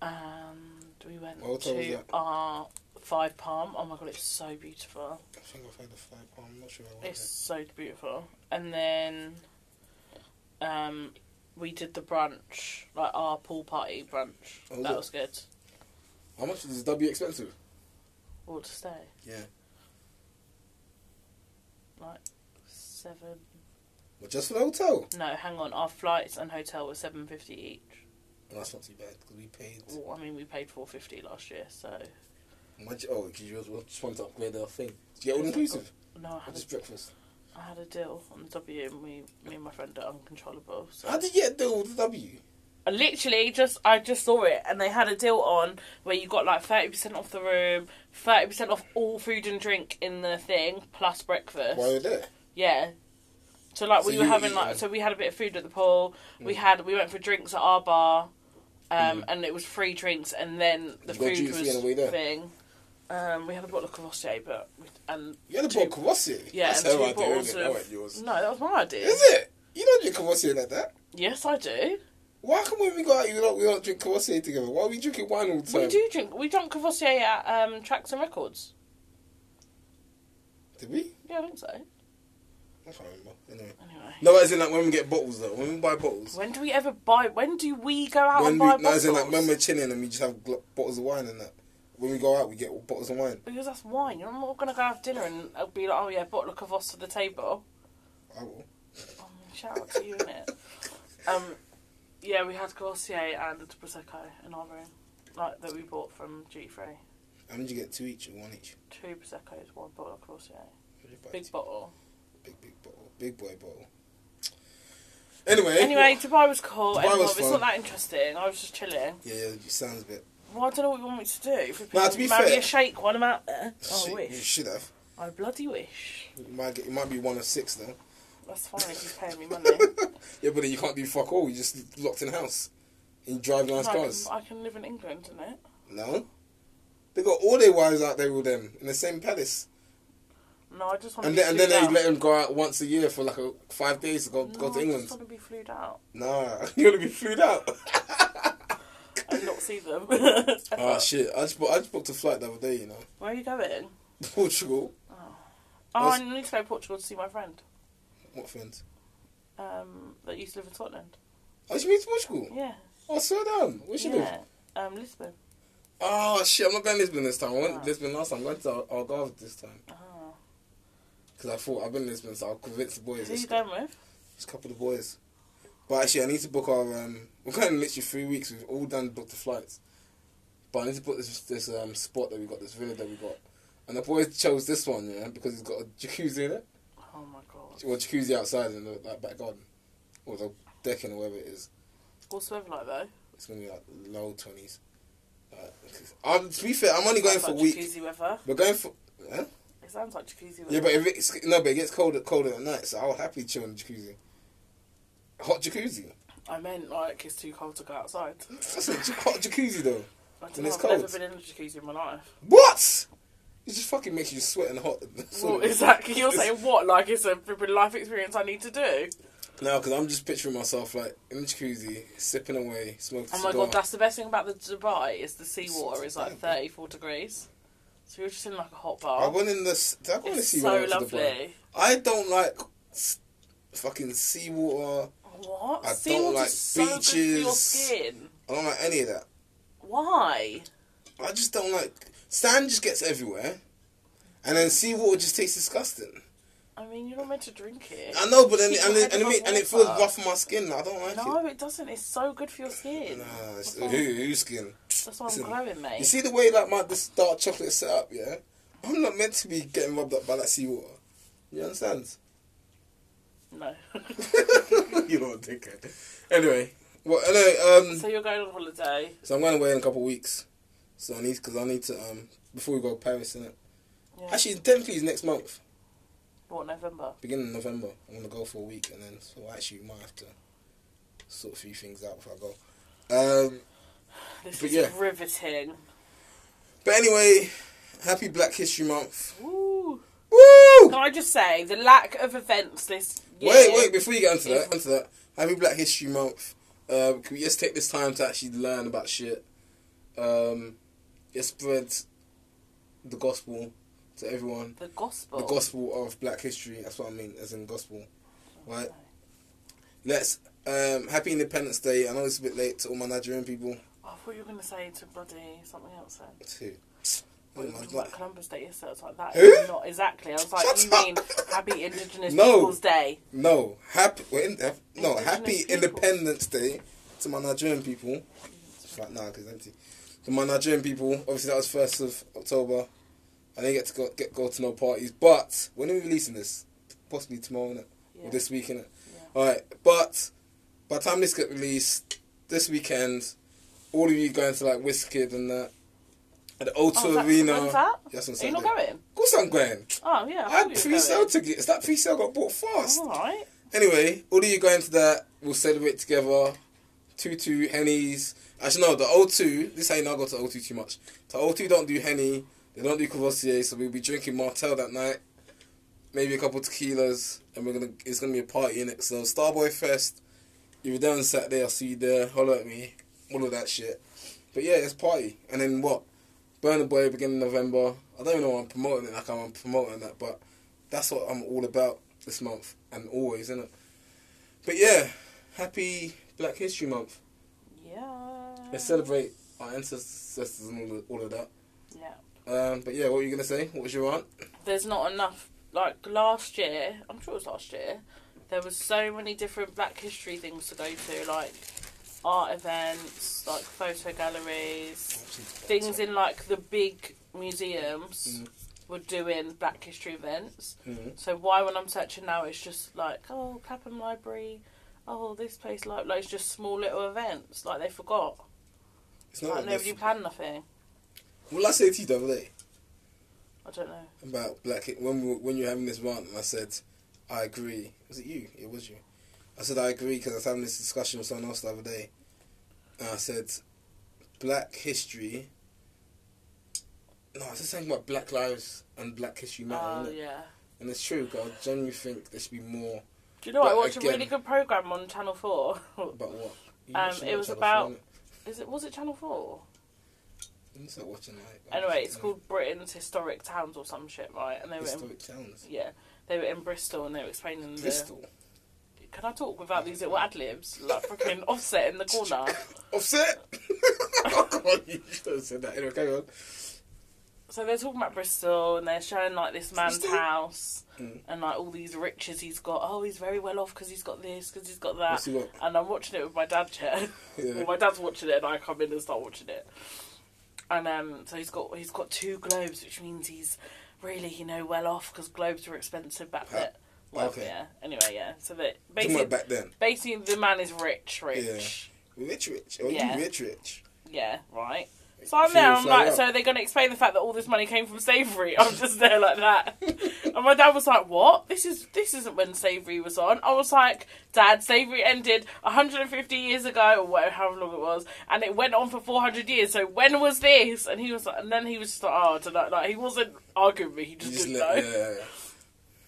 and we went
What hotel was
to
that?
our Five Palm. Oh my god, it's so beautiful.
I think I've heard of Five Palm. I'm not sure. I want
It's so beautiful. And then, um, we did the brunch, like our pool party brunch.
Oh,
that
look.
was good.
it. How much does W expensive?
All to stay.
Yeah.
Like seven.
But just for the hotel.
No, hang on. Our flights and hotel were seven fifty each.
And that's not too bad because we paid.
Well, I mean, we paid four fifty last year, so
Much, oh, because you just want- just want to upgrade our thing. Did you get all inclusive?
no. I
Or
had,
just
a,
breakfast?
I had a deal on the W, and we, me and my friend are uncontrollable. So
How did you get a deal with the W?
I literally just I just saw it and they had a deal on where you got like thirty percent off the room, thirty percent off all food and drink in the thing, plus breakfast.
While you're there.
Yeah. So like
So
we were
you
having
eat,
like
um,
so we had a bit of food at the pool.
Mm.
We had we went for drinks at our bar, um, and it was free drinks and then the
You got
food
juicy on the way
was
there.
thing. Um, we had a bottle of Cavassier, but we, and
You had a
Two-
bottle of Kawassi.
yeah,
That's
and
her
two
idea,
bottles
isn't it?
of
That wasn't yours.
no, that was my idea.
Is it? You don't drink Kawassi like that.
Yes, I do.
Why come when we go out, you don't, we don't drink Kawassi together? Why are we drinking wine all the time?
We do drink. We drank Cavassier at um, Tracks and Records.
Did we?
Yeah, I think so.
I can't remember. Anyway.
Anyway.
No, as in like when we get bottles though. When we buy bottles.
When do we ever buy? When do we go out
When
and
we,
buy
no,
bottles?
as in like when we're chilling and we just have gl- bottles of wine and that. When we go out, we get bottles of wine.
Because that's wine. You're not gonna go have dinner and it'll be like, oh yeah, bottle of Kvass to the table.
I will.
Um, shout out to you in it. Um, yeah, we had Cavassier and prosecco in our room, like that we bought from G3.
How many did you get? Two each or one each?
Two prosecco's, one bottle of Cavassier,
What did you buy?
big bottle.
big, big bottle. Big boy bottle. Anyway.
Anyway, Dubai was cool.
Dubai
anyway,
was
it's
fun.
not that interesting. I was just chilling.
Yeah, yeah, it sounds a bit.
Well, I don't know what you want me to do. If we
Nah,
can
to be
marry
fair-
a shake while I'm out there. Oh, I
Shit, You
wish.
should have.
I bloody wish.
You might get. You might be one of six though.
That's fine if you pay me money.
Yeah, but then you can't do fuck all. You just locked in the house. And you drive nice
I can-
cars.
I can, live in England, isn't it?
No. They got all their wives out there with them in the same palace.
No, I just want
And
to
then, and
be
then
flued
they
out.
let him go out once a year for like a, five days to go,
no,
go to
I
England.
just want to be flued out
Nah, you're gonna be flued out.
and not see them.
oh shit! I just, booked, I just booked a flight the other day. You know,
Where are you going?
Portugal.
Oh,
Us-
I need to go to Portugal to see my friend
What friends?
um, that used to live in Scotland.
Oh, she moved to Portugal.
Yeah.
Oh, slow down. Where she live?
yeah. Um, Lisbon.
Oh shit! I'm not going to Lisbon this time. I went
Ah.
to Lisbon last time. I'm going to Al- Algarve this time
Oh.
because I thought I've been to Lisbon, so I'll convince the boys.
Who are
It's
you going with?
it's a couple of the boys. But actually, I need to book our. Um, we're going in literally three weeks. We've all done booked the flights, but I need to book this this um, spot that we got, this villa that we got, and the boys chose this one, yeah, because it's got a jacuzzi in it.
Oh my god.
Well, jacuzzi outside in the like, back garden, or the decking, or whatever it is.
What's the weather like though?
It's gonna be like low twenties. Um, to be fair, I'm only going
Sounds
for a
like
week.
Jacuzzi weather.
We're going for huh?
It sounds like jacuzzi weather.
yeah, but if it's no, but it gets colder colder at night, so I'll happily chill in the jacuzzi. Hot jacuzzi.
I meant like it's too cold to go outside.
That's a j- hot jacuzzi though.
I don't
And
know,
it's
I've
cold.
never been in a jacuzzi in my life.
What? It just fucking makes you sweat and hot. That's
Well,
all it is.
exactly. You're
It's-
saying what? Like it's a flipping life experience I need to do.
No, because I'm just picturing myself like in the jacuzzi, sipping away, smoking.
Oh my
cigar.
god, that's the best thing about the Dubai is the seawater is like
Damn.
34 degrees. So you're just in like a hot
I
bar.
went in this. I want to
It's
see
so
one to the bar.
lovely.
I don't like s- fucking seawater.
What?
I don't
Seawater's
like
so good for your
beaches.
skin.
I don't like any of that.
Why?
I just don't like sand. Just gets everywhere, and then seawater just tastes disgusting.
I mean, you're not meant to drink it.
I know, but then
Keep
and
your head
it, and, it,
above
make- and it feels
water.
rough on my skin. I don't like
No,
it.
it doesn't. It's so good for your skin.
Nah, it's,
that's, why,
ooh, ooh, skin.
that's why I'm
listen.
glowing, mate.
You see the way like my this dark chocolate is set up, yeah. I'm not meant to be getting rubbed up by that seawater. You understand?
no.
You're not a dickhead. Anyway, well, anyway, um,
so you're going on holiday.
So I'm going away in a couple of weeks. So I need because I need to um before we go to Paris innit?
Yeah.
Actually, technically it's next month,
What, November?
beginning of November. I'm gonna go for a week, and then so actually we might have to sort a few things out before I go. Um,
This
But
is
yeah.
riveting.
but anyway, happy Black History Month.
Woo.
Woo!
Can I just say, the lack of events this year.
Wait, wait, before you get onto
Yeah.
that, onto that, happy Black History Month. Um, can we just take this time to actually learn about shit? Um, it spread the gospel to everyone.
The gospel.
The gospel of black history, that's what I mean, as in gospel. Right? Let's um happy Independence Day. I know it's a bit late to all my Nigerian people.
Oh, I thought you were going to say to bloody something else then.
Too.
Well,
Oh
you were talking about Columbus Day yesterday. I was like, that
Who?
is not exactly. I was like,
Shut
you
up.
mean Happy Indigenous
No.
Peoples Day?
No, happy well, in, hap- no
Indigenous
happy
people.
Independence Day to my Nigerian people. It's like nah, 'cause empty. To my Nigerian people, obviously that was first of October. I didn't get to go, get go to no parties, but when are we releasing this? Possibly tomorrow, innit?
Yeah.
or this week, innit?
Yeah.
All right, but by the time this get released this weekend, all of you going to like Wizkid and that at the O2
Oh, is that-
Arena.
when's that?
That's on
Are you
Sunday.
not going?
Of course I'm going.
Oh, yeah.
I had
thought you were
pre-sale
going. Oh.
tickets. That pre-sale got bought fast.
All right.
Anyway, all of you going to that, we'll celebrate together. Two two hennies. Actually, no, the O2. This ain't I go to O2 too much. The O2 don't do henny. They don't do Courvoisier, so we'll be drinking Martel that night. Maybe a couple tequilas, and we're gonna. It's gonna be a party in it. So Starboy Fest. If you're there on Saturday, I'll see you there. Holler at me. All of that shit. But yeah, it's party. And then what? Burner Boy beginning of November. I don't even know why I'm promoting it like I'm promoting that, but that's what I'm all about this month and always, innit? But yeah, happy Black History Month.
Yeah.
Let's celebrate our ancestors and all of, all of that.
Yeah.
Um, but yeah, what were you gonna say? What was your aunt?
there's not enough like last year i'm sure it was last year there was so many different black history things to go to like art events like photo galleries things in like the big museums
Mm.
were doing black history events
Mhm.
so why when i'm searching now it's just like oh clapham library oh this place like, like it's just small little events like they forgot
It's not
like
like this.
nobody planned nothing
What did I say to you the other day
i don't know
about Black when we, were- when you were having this rant? And I said, I agree. Was it you? It was you. I said I agree because I was having this discussion with someone else the other day, and I said, Black history. No, I was just saying about Black lives and Black history matter,
oh
innit?
yeah
and it's true. 'cause I genuinely think there should be more
do you know what? I
But
watched a really
again-
good program on Channel Four.
About what? You
Um,
watched
it was
Channel
about-
four, innit?
Is it was it Channel Four?
You start watching like. um,
Anyway, it's called um, Britain's Historic Towns or some shit, right? And they were in,
Historic Towns.
yeah, they were in Bristol and they were explaining the.
Bristol.
Can I talk without these little ad libs? Like freaking offset in the corner.
Offset. oh, come on, you should have said that. Anyway, carry on.
So they're talking about Bristol and they're showing like this man's
Bristol?
house
Mm.
and like all these riches he's got. Oh, he's very well off because he's got this, because he's got that.
What's he got?
And I'm watching it with my dad chair.
Yeah.
Uh, Well, my dad's watching it, and I come in and start watching it. And um, so he's got he's got two globes, which means he's really you know well off because globes were expensive back then. Well,
okay.
yeah. Anyway, yeah. So that
Talking
basically,
about back then.
basically the man is rich, rich.
Rich, rich. Oh,
Yeah.
you rich, rich.
Yeah, right. So I'm
She
there.
was
I'm
like
like,
that.
so they're going to explain the fact that all this money came from slavery. I'm just there like that, and my dad was like, "What? This is this isn't when slavery was on." I was like, "Dad, slavery ended 150 years ago, or whatever, however long it was, and it went on for 400 years. So when was this?" And he was like, and then he was just like, "Oh, I don't know." Like he wasn't arguing with me. He
You
just,
just
didn't
let.
know.
Yeah, yeah, yeah.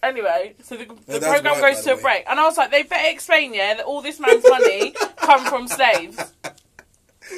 Anyway, so the, the
that's
program
white, by
goes
the
to a
way.
break, and I was like, "They better explain, yeah, that all this man's money come from slaves."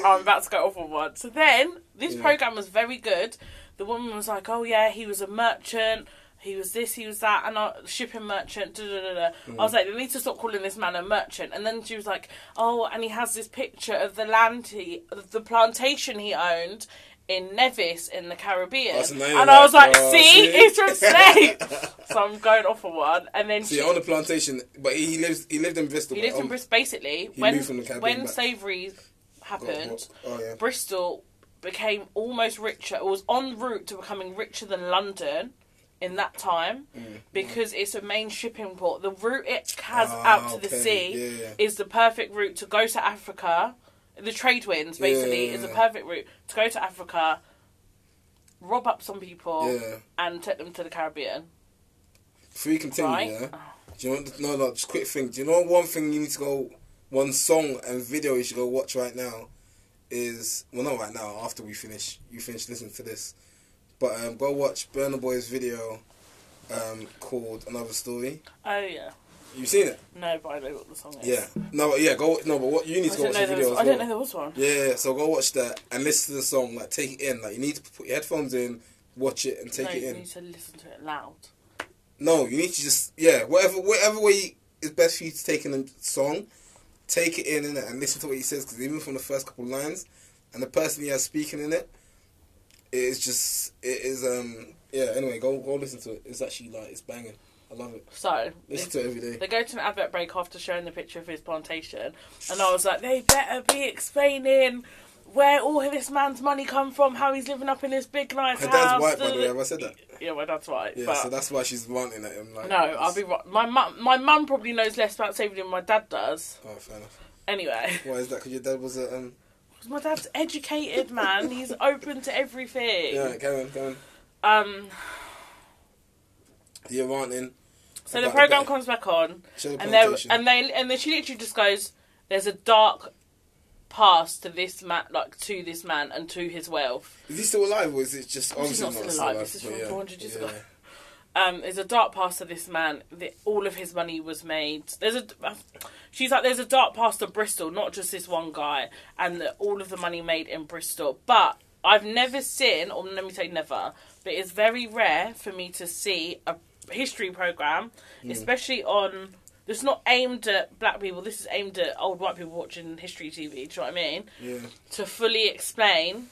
I'm about to go off on one. So then, this
Yeah.
program was very good. The woman was like, "Oh yeah, he was a merchant. He was this. He was that. And a shipping merchant." Da, da, da, da. I
Mm.
was like, "They need to stop calling this man a merchant." And then she was like, "Oh, and he has this picture of the land he, of the plantation he owned." In Nevis in the Caribbean,
Oh, so now you're
and I was like,
like, oh,
"See,
see?"
it's from slaves." so I'm going off on one, and then
See,
she,
on the plantation, but he, he lives. He lived in Bristol.
he lives
but,
in
um,
Bristol. Basically,
he
when
moved from the Caribbean
when
back.
slavery
got
happened,
what- Oh yeah.
Bristol became almost richer. It was en route to becoming richer than London in that time
Mm,
because it's a main shipping port. The route it has
Ah,
out to the
okay.
sea
Yeah, yeah.
is the perfect route to go to Africa. The trade winds basically
Yeah.
is the perfect route to go to Africa, rob up some people,
Yeah.
and take them to the Caribbean.
Before you continue,
Right.
yeah. Do you know? what- No, no. Just quick thing. Do you know one thing you need to go? One song and video you should go watch right now is well, not right now. After we finish, you finish listening to this, but um, go watch Burner Boy's video um, called "Another Story."
Oh yeah,
You've seen it,
no, but I know what the song is.
yeah? No, yeah. Go no, but what you need
I
to go
didn't
watch
know
the
there
video.
was.
as
I didn't know
well.
there was one.
Yeah, so go watch that and listen to the song. Like, take it in. Like, you need to put your headphones in, watch it and take
no,
it
you
in.
need to listen to it loud.
No, you need to just yeah, whatever whatever way is best for you to take in a song, take it in innit, and listen to what he says because even from the first couple lines and the person he has speaking in it, it is just it is um yeah. Anyway, go go listen to it. It's actually like it's banging. I love it.
So
Listen to it every day.
They go to an advert break after showing the picture of his plantation, and I was like, they better be explaining where all this man's money come from, how he's living up in this big nice
Her
house.
dad's white, by the way. Have I said that?
Yeah, well, that's right.
Yeah,
but
so that's why she's ranting at him. Like,
no, I'll be right. My mum, my mum probably knows less about saving than my dad does.
Oh, fair enough.
Anyway,
Why is that? Because your dad was a um.
'Cause my dad's educated man. He's open to everything.
Yeah, go on, go on.
Um.
You're ranting.
So the
About the
program
guy.
comes back on,
Show the
and they
plantation.
and they and then she literally just goes, "There's a dark past to this man, like to this man and to his wealth.
Is he still alive, or is it just
Well, she's
obviously
not still alive, this is
but
from
yeah,
400 years
yeah.
ago. Um, there's a dark past to this man. The, all of his money was made. There's a, she's like, there's a dark past to Bristol, not just this one guy, and the, all of the money made in Bristol. But I've never seen, or let me say never, but it's very rare for me to see a history program, especially on. It's not aimed at black people. This is aimed at old white people watching history TV. Do you know what I mean?
Yeah.
to fully explain.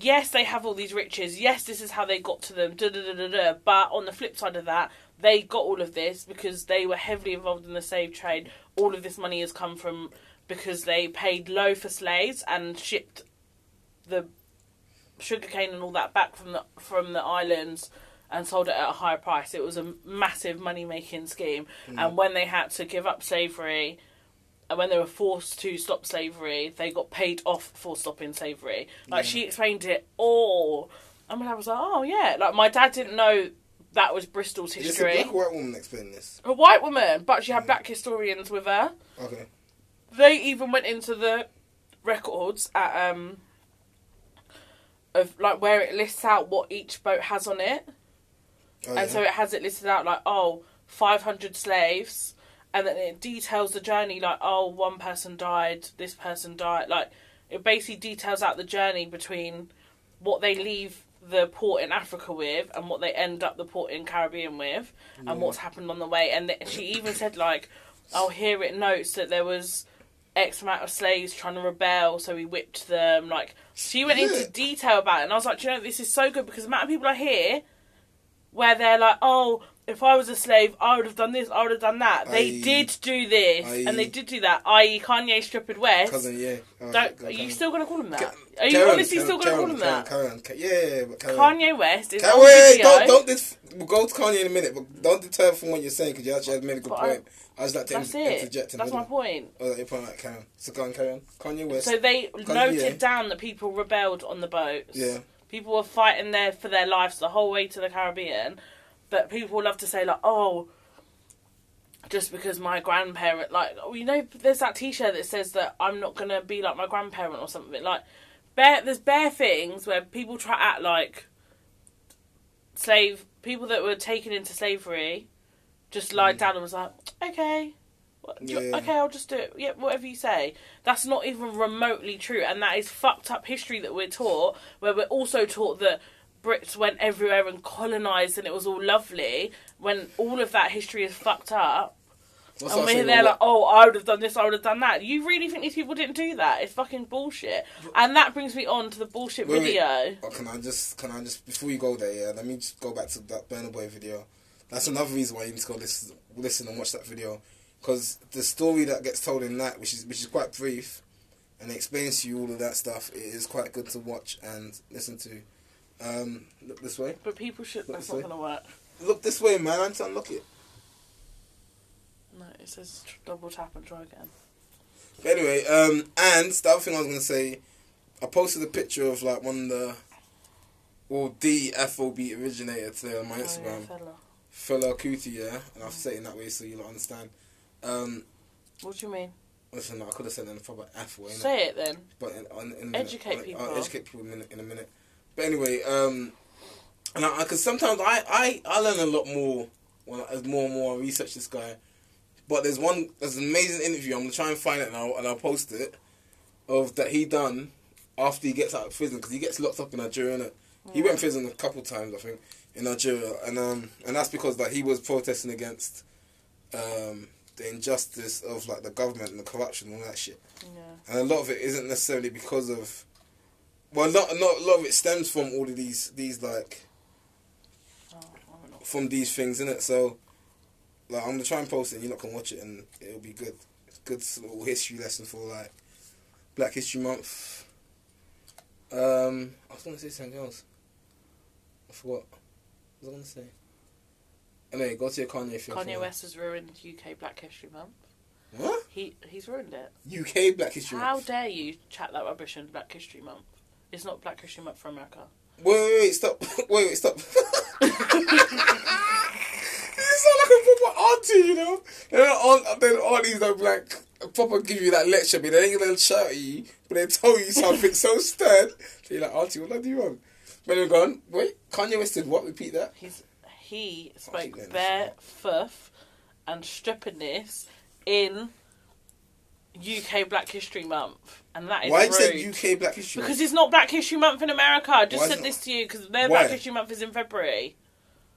Yes, they have all these riches. Yes, this is how they got to them. Da, da, da, da, da. But on the flip side of that, they got all of this because they were heavily involved in the slave trade. All of this money has come from because they paid low for slaves and shipped the sugarcane and all that back from the from the islands and sold it at a higher price. It was a massive money making scheme. And when they had to give up slavery, and when they were forced to stop slavery, they got paid off for stopping slavery. Like she explained it all, and when I was like, "Oh yeah," like my dad didn't know that was Bristol's
Is this a
history.
black or white woman explaining this?
A white woman, but she had black historians with her.
Okay.
They even went into the records at um of like where it lists out what each boat has on it.
Oh, yeah.
And so it has it listed out like, oh, 500 slaves. And then it details the journey like, oh, one person died, this person died. Like, it basically details out the journey between what they leave the port in Africa with and what they end up the port in Caribbean with and what's happened on the way. And th- she even said, like, oh, here it notes that there was X amount of slaves trying to rebel, so he whipped them. Like, she went
Yeah.
into detail about it. And I was like, Do you know, this is so good because the amount of people I hear where they're like, oh, if I was a slave, I would have done this, I would have done that. They
Aye.
did do this,
Aye.
and they did do that. I.e., Kanye stripped West.
cousin, yeah. Oh,
Don't,
go
are
on,
you
Karen.
still gonna call him that?
Karen,
Are you
Karen,
honestly still gonna
Karen,
call him
Karen,
that?
Karen, Karen, yeah, but Karen.
Karen, Kanye West is
Karen,
on
wait,
video.
don't, don't dis- we'll go to Kanye in a minute, but don't deter from what you're saying because you actually have made a good
But I-
point. I, just like to
That's
inter-
it.
interject in
That's
the
my
middle.
point.
Oh, that your point, like Karen. So go on, Karen. Kanye West.
So they
yeah.
noted down that people rebelled on the boats.
Yeah.
People were fighting there for their lives the whole way to the Caribbean. But people love to say like, oh, just because my grandparent like, oh, you know, there's that T-shirt that says that I'm not gonna be like my grandparent or something. Like, bare there's bare things where people try to act like slave people that were taken into slavery just lied down and was like, okay, what, you-
Mm. Yeah.
okay, I'll just do it. Yeah, whatever you say. That's not even remotely true, and that is fucked up history that we're taught. Where we're also taught that Brits went everywhere and colonized, and it was all lovely. When all of that history is fucked up,
What's
and
that
we're
saying
there
about-
like, oh, I would have done this, I would have done that. You really think these people didn't do that? It's fucking bullshit. And that brings me on to the bullshit
Wait, wait.
video.
Oh, can I just can I just before you go there? Yeah, let me just go back to that Burner Boy video. That's another reason why you need to go listen, listen and watch that video, because the story that gets told in that, which is which is quite brief, and it explains to you all of that stuff. It is quite good to watch and listen to. Um, look this way.
But people should.
What
That's
to
not
say?
gonna work.
Look this way, man. I'm trying to look it.
No, it says tr- double tap and try again.
But anyway, um, and the other thing I was gonna say, I posted a picture of like one of the, well, the FOB originator to my
Oh, yeah,
Instagram.
fella.
Fela Kuti, yeah, and I've said it in that way so you'll understand. Um,
What do you mean?
listen, I could have said it in a proper F way, innit?
Say it then.
but in, on, in
Educate
on-
people.
I'll educate people in a, minute, in a minute. But anyway, um, and I because sometimes I, I I learn a lot more when I, as more and more I research this guy. But there's one there's an amazing interview. I'm gonna try and find it and I'll, and I'll post it of that he done after he gets out of prison because he gets locked up in Nigeria innit? He went prison a couple times, I think, in Nigeria, and um, and that's because like he was protesting against um, the injustice of like the government and the corruption and all that shit.
Yeah.
And a lot of it isn't necessarily because of, well, not not a lot of it stems from all of these these like
Oh, I don't know.
from these things in it. So, like, I'm gonna try and post it. and You're not gonna watch it, and it'll be good. It's a good little history lesson for like Black History Month. Um, I was gonna say something else. I forgot. What was I gonna say? Anyway, go to your Kanye film.
Kanye
for-
West has ruined UK Black History Month.
What?
He he's ruined it.
UK Black History
How
Month.
dare you chat that rubbish in Black History Month? It's not Black History Month for America.
Wait, wait, wait, stop. wait, wait, stop. you sound like a proper auntie, you know? Then all, then all these are like, proper give you that lecture, but they ain't gonna shout at you, but they tell you something so stern. So you're like, auntie, what did I do wrong? But they're gone, wait, Kanye West did what? Repeat that?
He's he
Fucking
spoke
goodness.
bare fuff and strippiness in UK Black History Month, and that is
Why you
rude.
said UK Black History?
because it's not Black History Month in America. I just
Why is
said
it-
this to you because their
Why?
Black History Month is in February.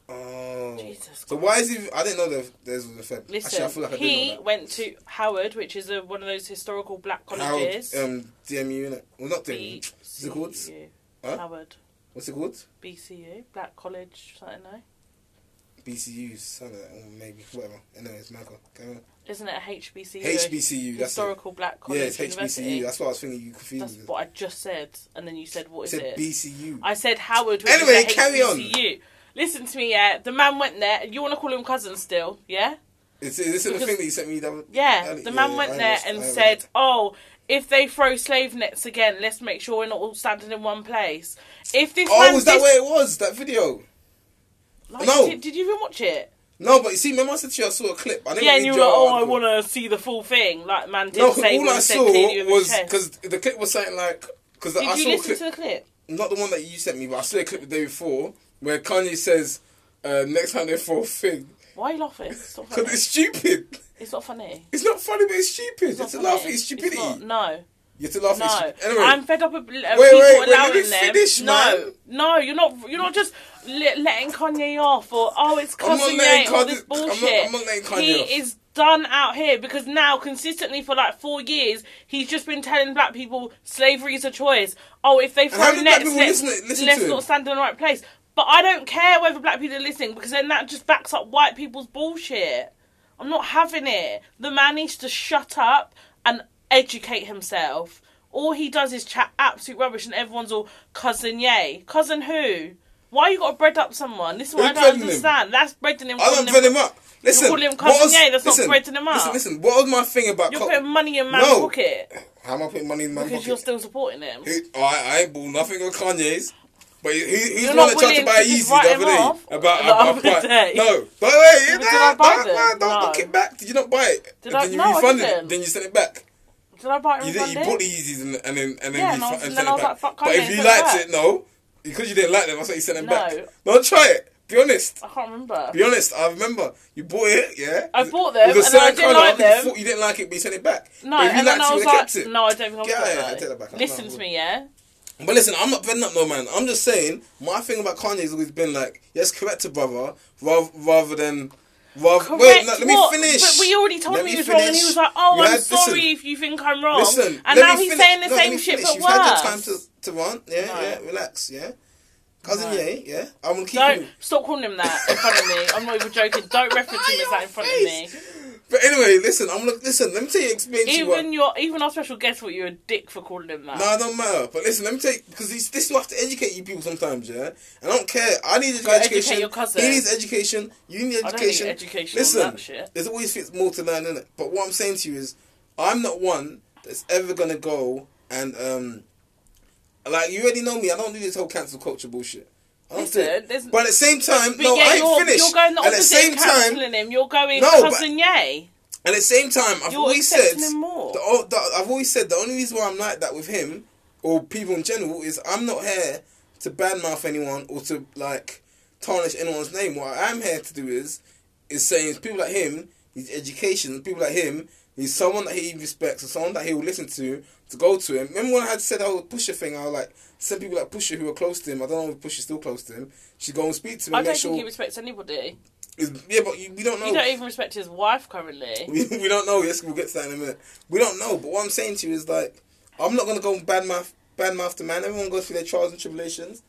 oh.
Jesus
So why is he, I didn't know there, there's a Fed.
Listen,
Actually, I feel like I
he
did know that.
went to Howard, which is a, one of those historical black colleges.
How, um, DMU, innit? Well, not DMU. Is it called?
BCU.
Huh?
Howard.
What's it called?
BCU, Black College, something like
BCUs, something like that, or mm, maybe, whatever. Anyway, it's Michael. Carry on.
Isn't it HBCU?
HBCU, that's it.
Historical Black College
Yeah, it's
University.
HBCU. That's what I was thinking. You confused
That's
me.
what I just said, and then you said, "What
It
is
said
it?"
BCU.
I said Howard. Which
Anyway,
is a
carry on.
HBCU. Listen to me, yeah. The man went there. You want to call him cousin still, yeah?
Is, is this the
Because-
thing that you sent me? That, was-
Yeah.
early-
The man
yeah,
went
I
there
watched-
and
I
said,
watched.
"Oh, if they throw slave nets again, let's make sure we're not all standing in one place." If this man
"Oh, was that
dis-
where it was? That video?"
Like,
No.
Did, did you even watch it?
No, but you see, remember I said to you, I saw a clip. I didn't
Yeah,
read
and you were
your
like, "Oh, I
article.
want to see the full thing." Like, man, did
No, 'cause
say
all I
said
saw
clearly with his
was
chest.
because the clip was something like because
Did
I
you
saw a
listen
clip,
to the clip?
not the one that you sent me, but I saw a clip the day before where Kanye says, uh, "Next time they throw a thing,"
Why are you laughing? It's not funny.
because it's stupid.
It's not funny.
It's not funny, but it's stupid. It's,
not
a
funny.
laugh at his
It's
stupidity.
not- no,
You have to laugh at
no.
his Anyway,
I'm fed up of, of people
wait, wait, let
allowing
me
them.
finish,
no,
man.
no, you're not. You're not just le- letting Kanye off, or oh, it's
I'm not
cousin
letting
Ye, all
Kanye-
this
I'm not-
bullshit.
I'm not letting Kanye
he
off.
is done out here because now consistently for like four years, he's just been telling black people slavery is a choice. Oh, if they
how
throw
did black
nets,
people
let's,
listen- listen
let's
to him?
not stand in the right place. But I don't care whether black people are listening because then that just backs up white people's bullshit. I'm not having it. The man needs to shut up and educate himself. All he does is chat absolute rubbish, and everyone's all cousin yay, cousin who? Why you got to bread up someone? This is what
Who
I don't
breading him?
understand. That's breading him.
I
calling
don't bread him up. Listen,
calling him
what
cousin
was-
Ye, that's not
listen,
breading him up.
Listen, listen. What was my thing about?
You're
co-
putting money in man's
No.
pocket
How am I putting money in my
because
pocket?
you're still supporting him.
Who- oh, I, I ain't bought nothing on Kanye's. But he, he- he's
You're
the one
not
that tried to
willing
buy a
to just
Yeezy
write
the
him
other day.
off?
About,
The
about,
other
about-
day.
No, don't wait, you
Did I buy
don't,
them?
no, don't
No.
look it back. Did you not buy it?
Did
then
I-
you
no, I
refunded it.
didn't.
Then you sent it back.
Did I buy it?
You,
and
did, you
refund
bought the
it?
Yeezys and, and then and then
Yeah,
you
and I
fu-
was- and
and sent
then I
it
was
back.
like, fuck
but
Kanye,
if you
send it
liked
back.
it, no, because you didn't like them, that's why you sent them
No.
back. No, try it. Be honest.
I can't remember.
Be honest, I remember you bought it, yeah.
I bought them
With a
and
certain
I didn't
colour,
like
you
them.
thought You didn't like it, but you sent it back.
No,
but if you
and then I
liked it,
was
you would've
like,
kept it.
no, I don't think I'm
Yeah,
gonna
yeah,
that.
I take that back. I'm
Listen
not-
to me, yeah.
But listen, I'm not bending up no man. I'm just saying my thing about Kanye has always been like, yes, correct a brother, rather, rather than. Rather,
Correct.
wait, no, let me
what?
finish.
But we already told
Let
him
me
he was wrong, and he
finish.
was like, "Oh,
You
I'm
had- listen,
sorry if you think I'm wrong."
Listen,
and
let
now
me
he's
finish.
saying the
No, let
same
me
shit,
finish.
but
You've
worse.
had your time to, to rant. Yeah,
No.
yeah, relax, yeah. Cousin,
No.
yeah, yeah. I'm gonna keep
Don't
you.
stop calling him that in front of me. I'm not even joking. Don't reference him as that in front of me.
But anyway, listen, I'm gonna listen. Let me tell you, explain to you what.
Even your, even our special guest thought you were a dick for calling him that.
No, it don't matter. But listen, let me take because this this will have to educate you people sometimes, yeah. And I don't care. I need
Go educate
education.
your cousin.
He needs education. You need
I don't need
education.
education on
Listen,
that shit.
there's always fits more to learn in it. But what I'm saying to you is, I'm not one that's ever gonna go and um, like you already know me. I don't do this whole cancel culture bullshit. I don't do
Listen,
it.
there's-
But at the same time,
But
no,
yeah,
I ain't
you're,
finished.
you're going the
and at
opposite
the same
of
time,
cancelling him. You're going
No, but-
cousin yay.
and at the same time, I've
You're
always said
accepting him more.
the, o- the, I've always said the only reason why I'm like that with him or people in general is I'm not here to badmouth anyone or to like tarnish anyone's name. What I am here to do is is saying people like him, his education, people like him He's someone that he respects, or someone that he will listen to to go to him. Remember when I had said I would push a thing? I was like some people like Pusher who were close to him. I don't know if Pusher's still close to him. She go and speak to him.
I
and
don't
make
think he
sure.
respects anybody.
It's- Yeah, but you, we don't know.
You don't even respect his wife currently.
We, we don't know. Yes, we'll get to that in a minute. We don't know. But what I'm saying to you is like, I'm not gonna go badmouth badmouth the man. Everyone goes through their trials and tribulations.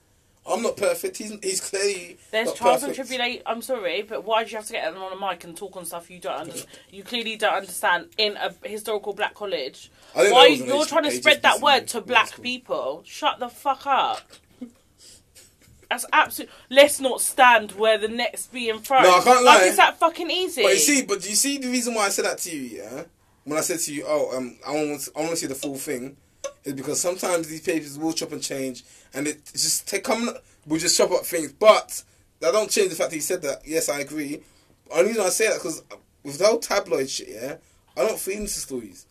I'm not perfect. He's he's clearly
There's
not
trials and
perfect.
tribulations. I'm sorry, but why do you have to get them on a mic and talk on stuff you don't under- You clearly don't understand in a historical black college.
I didn't know
Why
it was an
you're
H-
trying to spread that
HSBC
word to
school.
black people? Shut the fuck up. That's absolute. Let's not stand where the next being thrown.
No, I can't
Like,
lie.
it's that fucking easy.
But you see, but do you see the reason why I said that to you? Yeah, when I said to you, oh, um, I want to, I want to see the full thing, is because sometimes these papers will chop and change, and it it's just take come will just chop up things. But that don't change the fact that you said that. Yes, I agree. Only reason I say that because with the whole tabloid shit, yeah, I don't feed into stories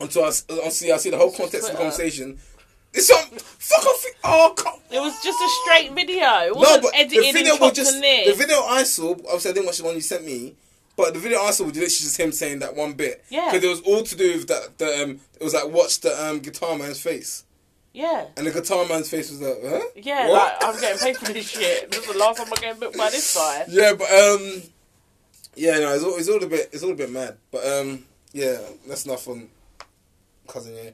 until I s- until I see the whole context of the
Twitter.
conversation. It's some fuck off. Oh, come
It was just a straight video. It wasn't edited and chopped
just
and
the
this.
video I saw. Obviously, I didn't watch the one you sent me, but the video I saw was literally just him saying that one bit.
Yeah.
because it was all to do with that. The, um, it was like watch the um, guitar man's face,
yeah.
and the guitar man's face was like, huh?
Yeah,
What?
like, I'm getting paid for this shit. This is the last time I'm getting booked by this guy.
yeah, but um, yeah, no, it's all it's all a bit it's all a bit mad, but um, yeah, that's enough on cousin. Yeah,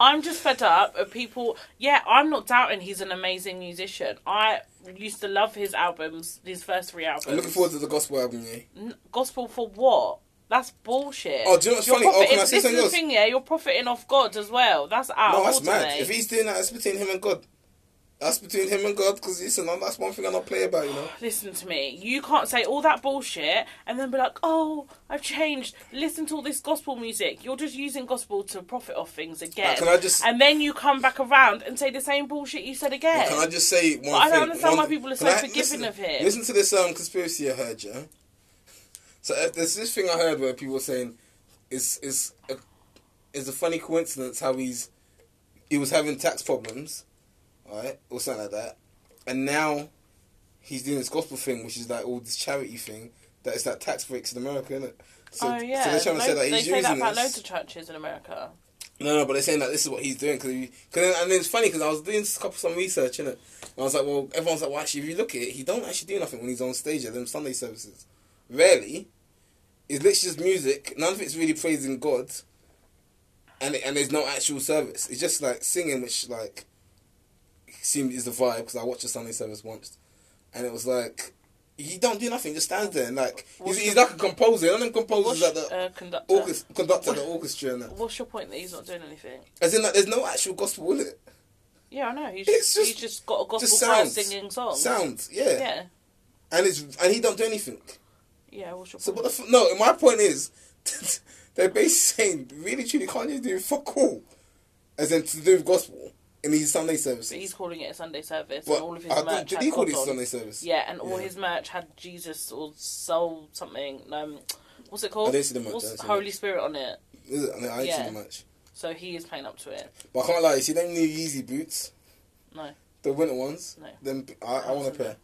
I'm just fed up of people. Yeah, I'm not doubting he's an amazing musician. I used to love his albums, his first three albums.
I'm looking forward to the gospel album. Yeah,
N- gospel for what? That's bullshit.
Oh, do you know what's
You're
funny? Oh,
profiting-
can I say
this is
something
the
else?
thing, yeah. You're profiting off God as well. That's out.
no, that's
ultimately.
mad. If he's doing that, it's between him and God. That's between him and God, because listen, that's one thing I don't play about, you know.
Listen to me. You can't say all that bullshit and then be like, "Oh, I've changed. Listen to all this gospel music." You're just using gospel to profit off things again.
Like, can I just-
And then you come back around and say the same bullshit you said again.
Can I just say
But
one
I don't
thing?
understand
One-
why people are
can
so
I-
forgiving
listen,
of him.
Listen to this um, conspiracy I heard, yeah? So uh, there's this thing I heard where people were saying it's, it's, a, it's a funny coincidence how he's he was having tax problems, right, or something like that, and now he's doing this gospel thing, which is like all this charity thing, that is like tax breaks in America, isn't it? So,
oh yeah,
so they're trying to say
Lo-
that
they
he's
say
using
that about
this.
loads of churches in America.
No, no, but they're saying that this is what he's doing because, he, cause, and it's funny because I was doing a couple some research in it, and I was like, well, everyone's like, well, actually, if you look at it, he don't actually do nothing when he's on stage at them Sunday services. Rarely, it's literally just music. None of it's really praising God, and it, and there's no actual service. It's just like singing, which like seemed is the vibe because I watched a Sunday service once, and it was like. He don't do nothing. Just stands there and like he's,
What's
he's
the-
like a composer. None of them composers
What's,
like the
uh, conductor?
orchestra, conductor, the orchestra, and that.
What's your point that he's not doing anything?
As in, like, there's no actual gospel in it.
Yeah, I know. He's
It's
just, he's
just-
just got a gospel
just
choir
sounds.
singing songs.
Sounds, yeah.
Oh. Yeah,
And it's and he don't do anything.
yeah. What's your
So
point?
what the f- no? My point is, they're basically saying really truly Kanye's doing fuck all, as in to do with gospel in his Sunday service.
But he's calling it a Sunday service,
But
and all of his
I
merch
think did
had
he call
God
it
on.
Sunday service?
Yeah, and all
Yeah.
his merch had Jesus or soul something. Um, what's it called?
I didn't see the merch, I
What's
didn't see
Holy
it.
Spirit on it?
Is it? I, mean, I ain't
Yeah.
seen much.
So he is playing up to it.
But I can't lie. You see them new Yeezy boots,
No,
the winter ones.
No.
Them I, I want a pair.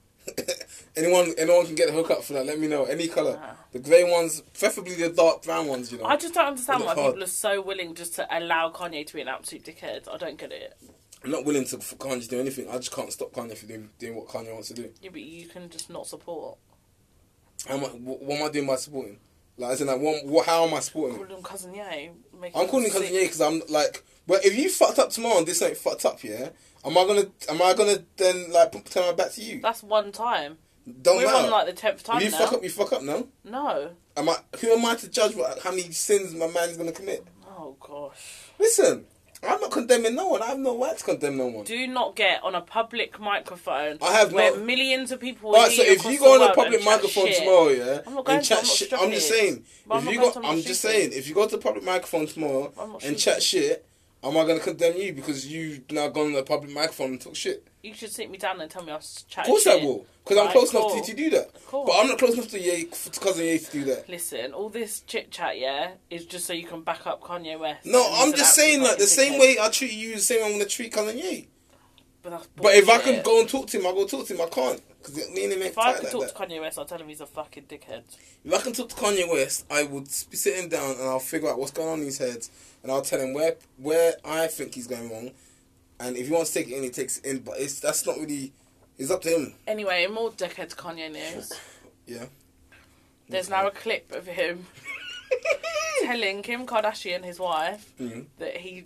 anyone anyone can get a hook up for that. Let me know any color.
Nah.
The grey ones, preferably the dark brown ones. You know.
I just don't understand
It
why
looks Oh. hard.
people are so willing just to allow Kanye to be an absolute dickhead. I don't get it.
I'm not willing to for Kanye to do anything. I just can't stop Kanye from doing, doing what Kanye wants to do.
Yeah, but you can just not support.
How am I, wh- what am I doing by supporting? Like, as in, like, what, what, how am I supporting
Call
him?
him cousin Ye. Make
I'm
him
calling him
sick.
cousin Ye because I'm like, but if you fucked up tomorrow and this ain't fucked up, yeah, am I gonna, am I gonna then like p- turn my back to you?
That's one time.
Don't
We're
matter.
on like the tenth
if
time
you
now.
fuck up, you fuck up. No,
No.
am I? Who am I to judge what, how many sins my man's gonna commit?
Oh gosh.
Listen, I'm not condemning no one. I have no right to condemn no one.
Do not get on a public microphone
I have
where
not-
millions of people.
Alright, so
hear you
if you
across
go
the
on a
world
public
and chat
microphone
shit.
tomorrow, yeah,
I'm not going
and
to,
chat
I'm not
shit, I'm just
stupid.
saying,
But I'm
if
not
you
going
go,
to, I'm not
I'm just
stupid.
saying, if you go to the public microphone tomorrow
I'm not stupid.
and chat shit, am I gonna condemn you because you now gone on the public microphone and talk shit?
You should sit me down and tell me I was
Of
chatting.
course I
shit.
will, because I'm
Right,
close enough to
cool.
you to do that.
Cool.
But I'm not close enough to Ye, to cousin Ye to do that.
Listen, all this chit chat, yeah, is just so you can back up Kanye West.
No,
And
I'm
he's an
just
absolute
saying like the
fucking
same
dickhead.
way I treat you, the same way I'm gonna treat cousin Ye.
But that's
But if I
bullshit.
can go and talk to him, I'll go talk to him. I can't. Because me and him ain't
If I
tight
could
like
talk
that.
to Kanye West, I'd tell him he's a fucking dickhead.
If I can talk to Kanye West, I would be sitting down and I'll figure out what's going on in his head and I'll tell him where where I think he's going wrong. And if he wants to take it in, he takes it in. But it's that's not really. It's up to him.
Anyway, in more dickhead Kanye news.
Yeah.
There's now a clip of him telling Kim Kardashian, his wife,
Mhm.
that he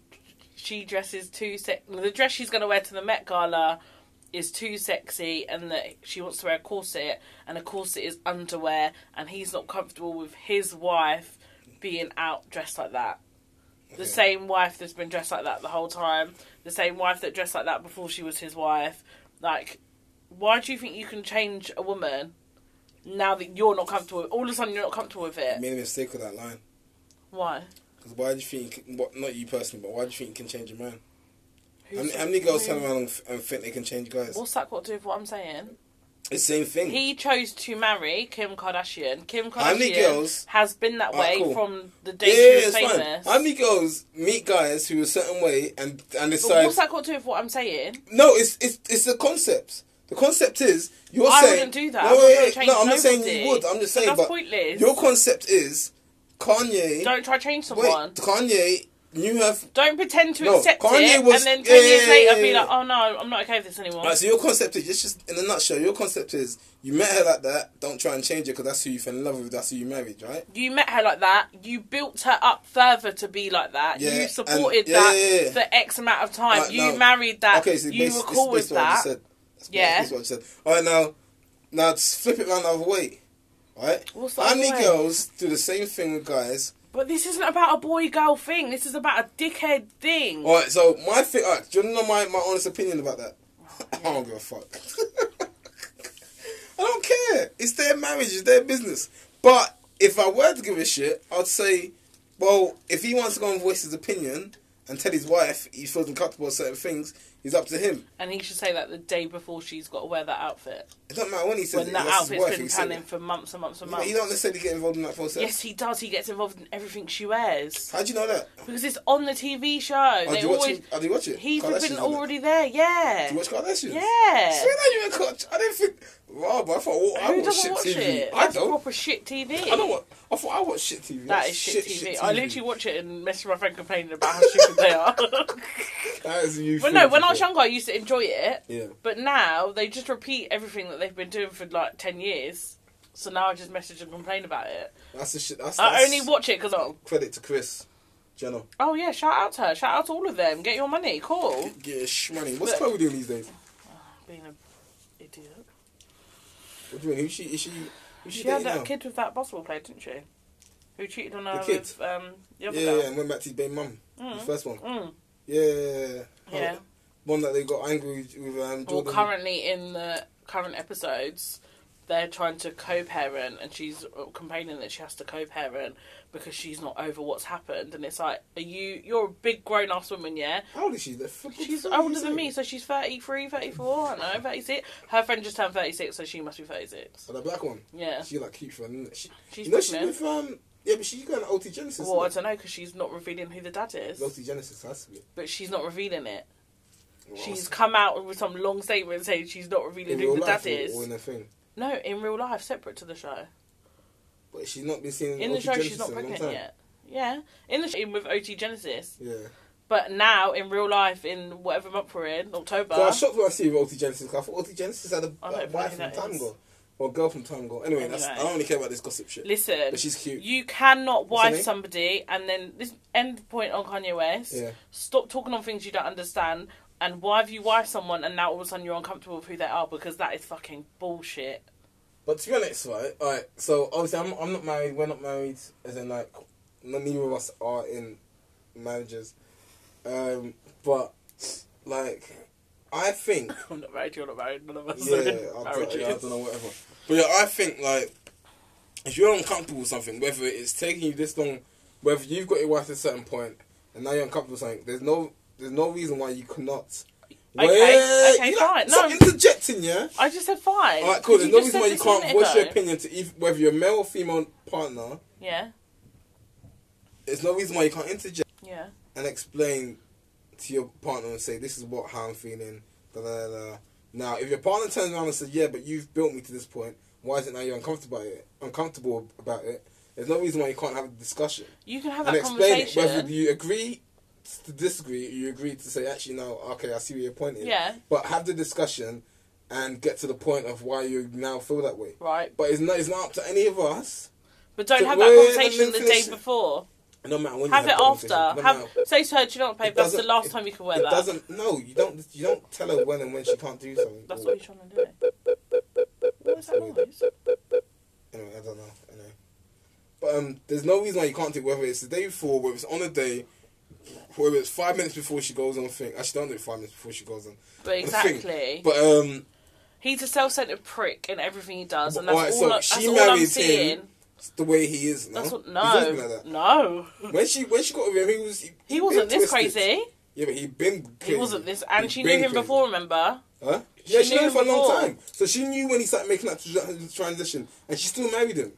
she dresses too se- the dress she's going to wear to the Met Gala is too sexy and that she wants to wear a corset and a corset is underwear and he's not comfortable with his wife being out dressed like that. The
Okay.
same wife that's been dressed like that the whole time, the same wife that dressed like that before she was his wife. Like, why do you think you can change a woman now that you're not comfortable with all of a sudden you're not comfortable with
I
it?
made a mistake with that line.
Why?
Because why do you think? What not you personally, but why do you think you can change a man? How
Who's-
many, how many girls turn around and, f- and think they can change guys?
What's that got to do with what I'm saying?
It's the same thing.
He chose to marry Kim Kardashian. Kim Kardashian
How many girls-
has been that
Ah,
way
cool.
from the
yeah,
day
yeah,
she was
it's fine.
famous.
How many girls meet guys who are a certain way and and
but
decide?
what's that got to do with what I'm saying?
No, it's it's it's the concept. The concept is you're
I
saying
wouldn't do that.
No,
I'm not
wait,
gonna
wait,
change
no, I'm not saying
nobody.
you would. I'm just
But
saying,
that's
but
pointless.
your concept is Kanye.
Don't try to change
wait,
someone.
Kanye knew her. f-
Don't pretend to
No,
accept
Kanye
it
was-
and then
yeah,
10 years
yeah,
later
yeah,
be
yeah.
like, oh no, I'm not okay with this anymore.
Right, so your concept is it's just in a nutshell. Your concept is you met her like that. Don't try and change her because that's who you fell in love with. That's who you married, right?
you met her like that, you built her up further to be like that,
Yeah,
you supported
and- yeah,
that
yeah, yeah.
for X amount of time,
Right,
you
no.
married that,
okay, so
you
basi-
were
it's
cool with
based on what I
that.
just said. That's
Yeah.
basically what you said. All right, now, now just flip it around the other way. All right.
What's the
How
other
many
way?
girls do the same thing with guys?
But this isn't about a boy girl thing, this is about a dickhead thing.
All right, so my thing. All right, do you know my, my honest opinion about that? I don't give a fuck. I don't care. It's their marriage. It's their business. But if I were to give a shit, I'd say, well, if he wants to go and voice his opinion and tell his wife he feels uncomfortable with certain things, it's up to him.
And he should say that the day before she's got to wear that outfit.
It doesn't matter when he says
When
it.
that
that's his
outfit's
wife,
been
he said
planning
it.
for months and months and
But
months.
you don't necessarily get involved in that process.
Yes, he does. He gets involved in everything she wears
How do you know that?
because it's on the TV show.
Oh,
they
do you watch
always
it? Oh, do you watch it?
he's
Kardashians
been
on it.
already there. Yeah,
Do you watch Kardashians?
yeah.
Swear that you ain't caught. I didn't think. Wow, but I thought well, I
Who
watch
doesn't
shit
watch
TV.
it?
I
That's
don't.
proper shit TV.
I don't watch. I thought I watch shit TV.
That
That's
is shit, TV. I literally watch it and message my friend complaining about how stupid they are.
That is you.
but no, when I was younger, I used to enjoy it.
Yeah.
But now they just repeat everything that they've been doing for like ten years. So now I just message and complain about it.
That's the shit. That's,
I
that's
only watch it because oh,
credit to Chris, Jenner.
oh yeah, shout out to her, shout out to all of them. Get your money, cool.
Get your sh money. What's
Look.
Chloe doing these days?
Being a idiot.
What do you mean? Who's she? Is she? Who's she,
She had
dating now?
that kid with that basketball player, didn't she? Who cheated on her
kid?
with um, the
Yeah,
other
yeah,
girl?
yeah, and went back to his baby mum. The first one.
Mm.
Yeah, yeah, yeah.
Yeah.
One that they got angry with um, Jordan.
Well, currently in the current episodes, they're trying to co-parent, and she's uh, complaining that she has to co-parent because she's not over what's happened. And it's like, are you? You're a big grown-ass woman, yeah.
How old is she? The fuck- what the
She's
fuck are you
older than
saying?
me, so she's 33, 34, I don't know, 36. Her friend just turned 36, so she must be 36.
Oh, the black one.
Yeah.
She like cute for isn't it? She,
She's
you know she's
pregnant.
with um yeah, but she's going to OT Genesis.
Well, I
isn't
don't know, because she's not revealing who the dad
it?
is.
OT Genesis has to be.
But she's not revealing it.
Well,
She's
I
come out with some long statement saying she's not
was-
revealing
in real
who the
life
dad
or-
is.
or in a thing.
No, in real life, separate to the show.
But she's not been seen
In the
OT
show,
Genesis
she's not
in a long
pregnant
time.
yet. Yeah, in the show in with OT Genesis,
Yeah.
but now in real life, in whatever month we're in, October.
But I was shocked when I see OT Genesis. 'cause I thought OT Genesis had a
I don't
a
know
wife
who
from
that
time
is.
ago or a girl from time ago. Anyway, that's, I
Anyway.
don't really care about this gossip shit.
listen,
But she's cute.
you cannot
What's her
wife
name?
somebody and then this end point on Kanye West.
Yeah.
Stop talking on things you don't understand. And why have you wife someone and now all of a sudden you're uncomfortable with who they are because that is fucking bullshit.
But to be honest, right? All right. So obviously, I'm I'm not married. We're not married. As in, like, no- neither of us are in marriages. Um, but like, I think
I'm not married. You're not married. None of us are
yeah, I
in
don't,
marriages.
yeah, I don't know, whatever. But yeah, I think like if you're uncomfortable with something, whether it's taking you this long, whether you've got your wife at a certain point and now you're uncomfortable with something, there's no there's no reason why you cannot.
Okay, okay,
you
fine,
Stop
no.
interjecting, yeah.
I just said fine.
All right, cool. There's
You
no
just
reason why
said
you
this a
can't
minute
voice your
ago.
opinion to either, whether you're male or female partner.
Yeah,
There's no reason why you can't interject
yeah.
and explain to your partner and say, "This is what how I'm feeling. Da, da, da, da. Now, if your partner turns around and says, "Yeah, but you've built me to this point. Why is it now you're uncomfortable about it? Uncomfortable about it? There's no reason why you can't have a discussion
You can have
and
that
explain it.
conversation.
Whether you agree to disagree, you agree to say, "Actually, no, okay, I see where your point is."
Yeah.
But have the discussion and get to the point of why you now feel that way.
Right.
But it's not. It's not up to any of us.
But don't
So
have that
wait, let
conversation
me
the day
finish.
before.
No matter when
Have it
you have the conversation,
after.
No
Have
matter-
say to her, "Do you know what, babe?
It
That's the
doesn't-
last
it-
time you can wear
it
that."
doesn't. No, you don't. You don't tell her when and when she can't do something.
That's what he's trying to do. What was that noise?
Anyway, I don't know. Anyway. But um, there's no reason why you can't do it, whether it's the day before, whether it's on a day, whether it's five minutes before she goes on thing. Actually, don't do it five minutes before she goes on.
But
the thing.
exactly.
But um,
He's a self-centered prick in everything he does, and that's
alright,
all.
so
I, that's
she
all I'm
married
seeing.
him. It's the way he is. No?
That's what.
He's always been
No,
like that.
no.
When she when she got with him, he was he,
He wasn't
been
this
twisted.
crazy.
Yeah, but he been.
He
crazy.
wasn't this, and
He'd
she
been
knew him
crazy.
before. Remember?
Huh? Yeah,
She
she,
knew
knew him for a long
before.
time. So she knew when he started making that tra- transition, and she still married him.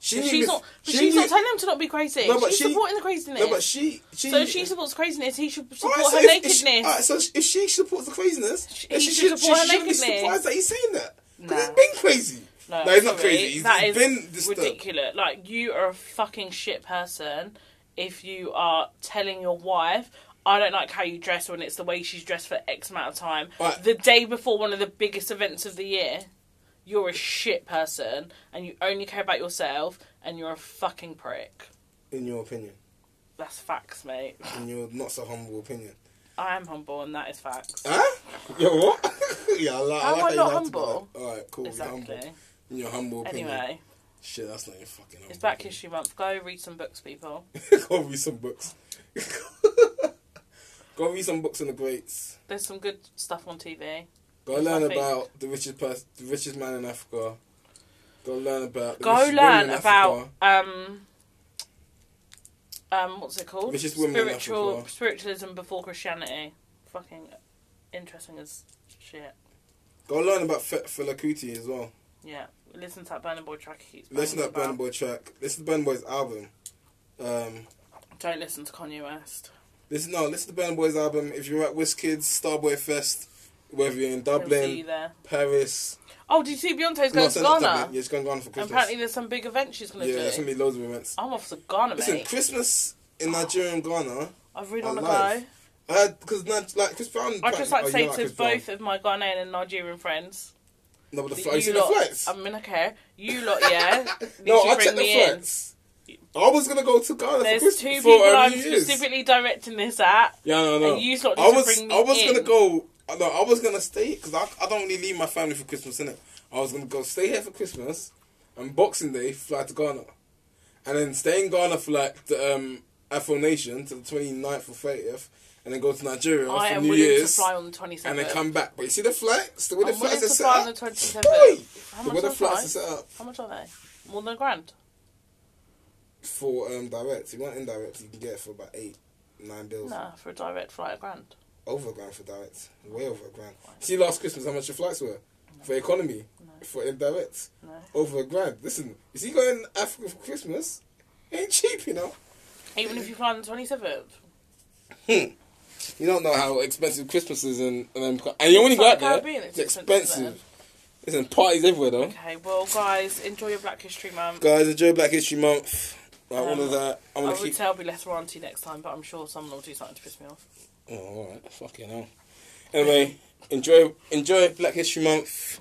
She
But
knew
she's
this-
not. But
she
she's
knew-
not telling him to not be crazy.
No, but
she's
she-
supporting the craziness.
No, but she. she
so if she supports craziness, he should support
Alright, so
her
if- if she-
nakedness.
alright, so if she supports the craziness,
She-
then
he
she,
should
should,
support
she
her
shouldn't be
nakedness.
surprised that he's saying that. Because
Nah.
he's been crazy. No, he's not
sorry.
crazy. He's,
That
he's
is
been disturbed.
ridiculous. Like you are a fucking shit person if you are telling your wife, "I don't like how you dress," when it's the way she's dressed for X amount of time.
Right.
The day before one of the biggest events of the year, you're a shit person, and you only care about yourself, and you're a fucking prick.
In your opinion,
That's facts, mate.
in your not so humble opinion,
I am humble, and that is facts.
huh? Yo, what? yeah, I like.
How
I
am I
like
not humble?
All right, cool. Oh, You're humble.
Exactly.
In your humble opinion.
Anyway,
Shit, that's not your fucking. Humble
it's Black History Month. Go read some books, people.
opinion. Go read some books. Go read some books on the greats.
There's some good stuff on TV.
Go
Yes, I
learn
think-
about the richest pers- the richest man in Africa. Go learn about the
go
richest woman
learn
in
about
Africa.
um um what's it called
Richest women in
spiritual
Africa.
spiritualism before christianity fucking interesting as shit
Go learn about Fe- Fela Kuti as well.
yeah listen to that burning boy track he keeps
Listen to that
banging
Burna
about.
Boy track. Listen to Burna Boy's album. Um,
don't listen to kanye west
listen, no, listen to Burna Boy's album. If you're at Wizkids, Starboy Fest, whether you're
He'll
in
see you
Dublin,
there
Paris,
oh did you see beyonce's
no,
going
it's
to
not
ghana
Dublin. Yeah, it's going to Ghana for
And
Christmas.
apparently there's some big event she's
yeah,
going to
there's
do
gonna be loads of events.
i'm off to ghana
Listen,
mate
Christmas in Nigeria and Ghana.
i really
our
want to
life.
go
I had because Nige- like Chris Brown.
i'd just like to
oh,
say
you
to
Chris Brown.
both of my ghanaian and nigerian friends
No, but
that
the, flights. Oh, You
you
seen the
lot,
flights?
I mean, okay, you lot, yeah. need
no,
to
I
bring
checked
me
the
in.
flights. I was gonna go to Ghana.
There's
for Christ-
two
for,
people
um,
I'm
New Year's.
specifically directing this at.
Yeah, no, no.
and yous lot need
I
to
was,
bring me
I was
in.
gonna go. I- No, I was gonna stay because I, I don't really leave my family for Christmas, innit? I was gonna go stay here for Christmas, and Boxing Day fly to Ghana, and then stay in Ghana for like the um, Afro Nation to the 29th or thirtieth, and then go to Nigeria
I
for
am
New
willing
Year's,
to fly on the 27th.
and then come back. But you see the flights, the way the
I'm willing
flights
to
are set
fly on the
up.
27th.
Boy,
How
the
much
way the
are
flights are
flights?
set up
How much are they? More than a grand.
for um, direct. If you want indirect, you can get it for about eight, nine bills.
Nah, for a direct flight, a grand.
Over a grand for direct. Way over a grand. See last Christmas how much the flights were? For economy.
No.
For indirect.
No.
Over a grand. Listen, is he going to Africa for Christmas? Ain't cheap, you know.
Even if you fly on the 27th.
You don't know how expensive Christmas is and and, then, and you only go out there.
Caribbean, it's
It's expensive.
expensive
Listen, parties everywhere though.
Okay, well, guys, enjoy your Black History Month.
Guys, enjoy Black History Month. Like
Um,
all of that. I'm
I
gonna
would
keep
say I'll be less ranty next time, but I'm sure someone will do something to piss me off.
Oh, alright, fucking hell. Anyway, enjoy enjoy Black History Month.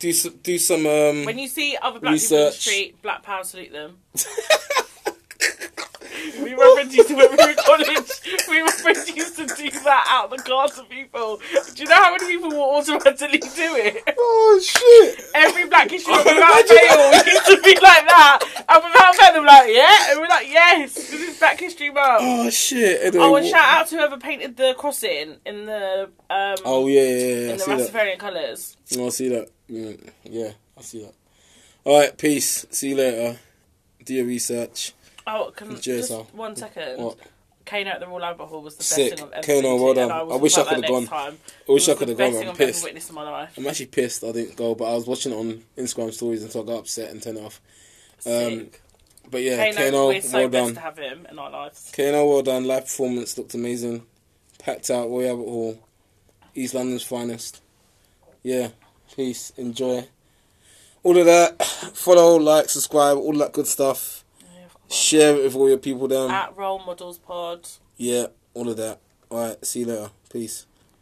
Do some do some um
When you see other black people in the
Research.
street, black power salute them. we were ready to when we were in college. We were ready to do that out the car to people. Do you know how many people will automatically do it?
Oh shit!
Every black issue without
Imagine
fail used to be like that, and without fail, they're like, yeah, and we're like, yes, this is Black History Month.
Oh shit! Anyway,
Oh, and
wha-
shout out to whoever painted the crossing in the um
Oh yeah, yeah, yeah, yeah. I
in the
see that.
Rastafarian colours.
No, I see that. Mm, yeah, I see that. All right, peace. See you later. Do your research.
Oh, can
Jay,
just
so-
one second.
What?
Kano at the Royal Albert Hall was the best
Sick.
thing I've ever
Kano,
been to,
well done.
and will
I wish
talk
I
about
could've
that next time.
I wish
It
I
was
could
the
have
best
gone.
thing
I'm
I've ever
pissed.
witnessed in my life.
I'm actually pissed. I didn't go, but I was watching it on Instagram stories, and so I got upset and turned it off. Um,
Sick.
but yeah,
Kano,
Kano,
we're so
well
blessed
done.
to have him in our lives.
Kano, well done. Live performance looked amazing. Packed out Royal Albert Hall. East London's finest. Yeah, peace, enjoy. All of that. Follow, like, subscribe, all that good stuff. Share it with
Ah.
all your people down.
At Role Models Pod.
Yeah, all of that. All right, see you later. Peace.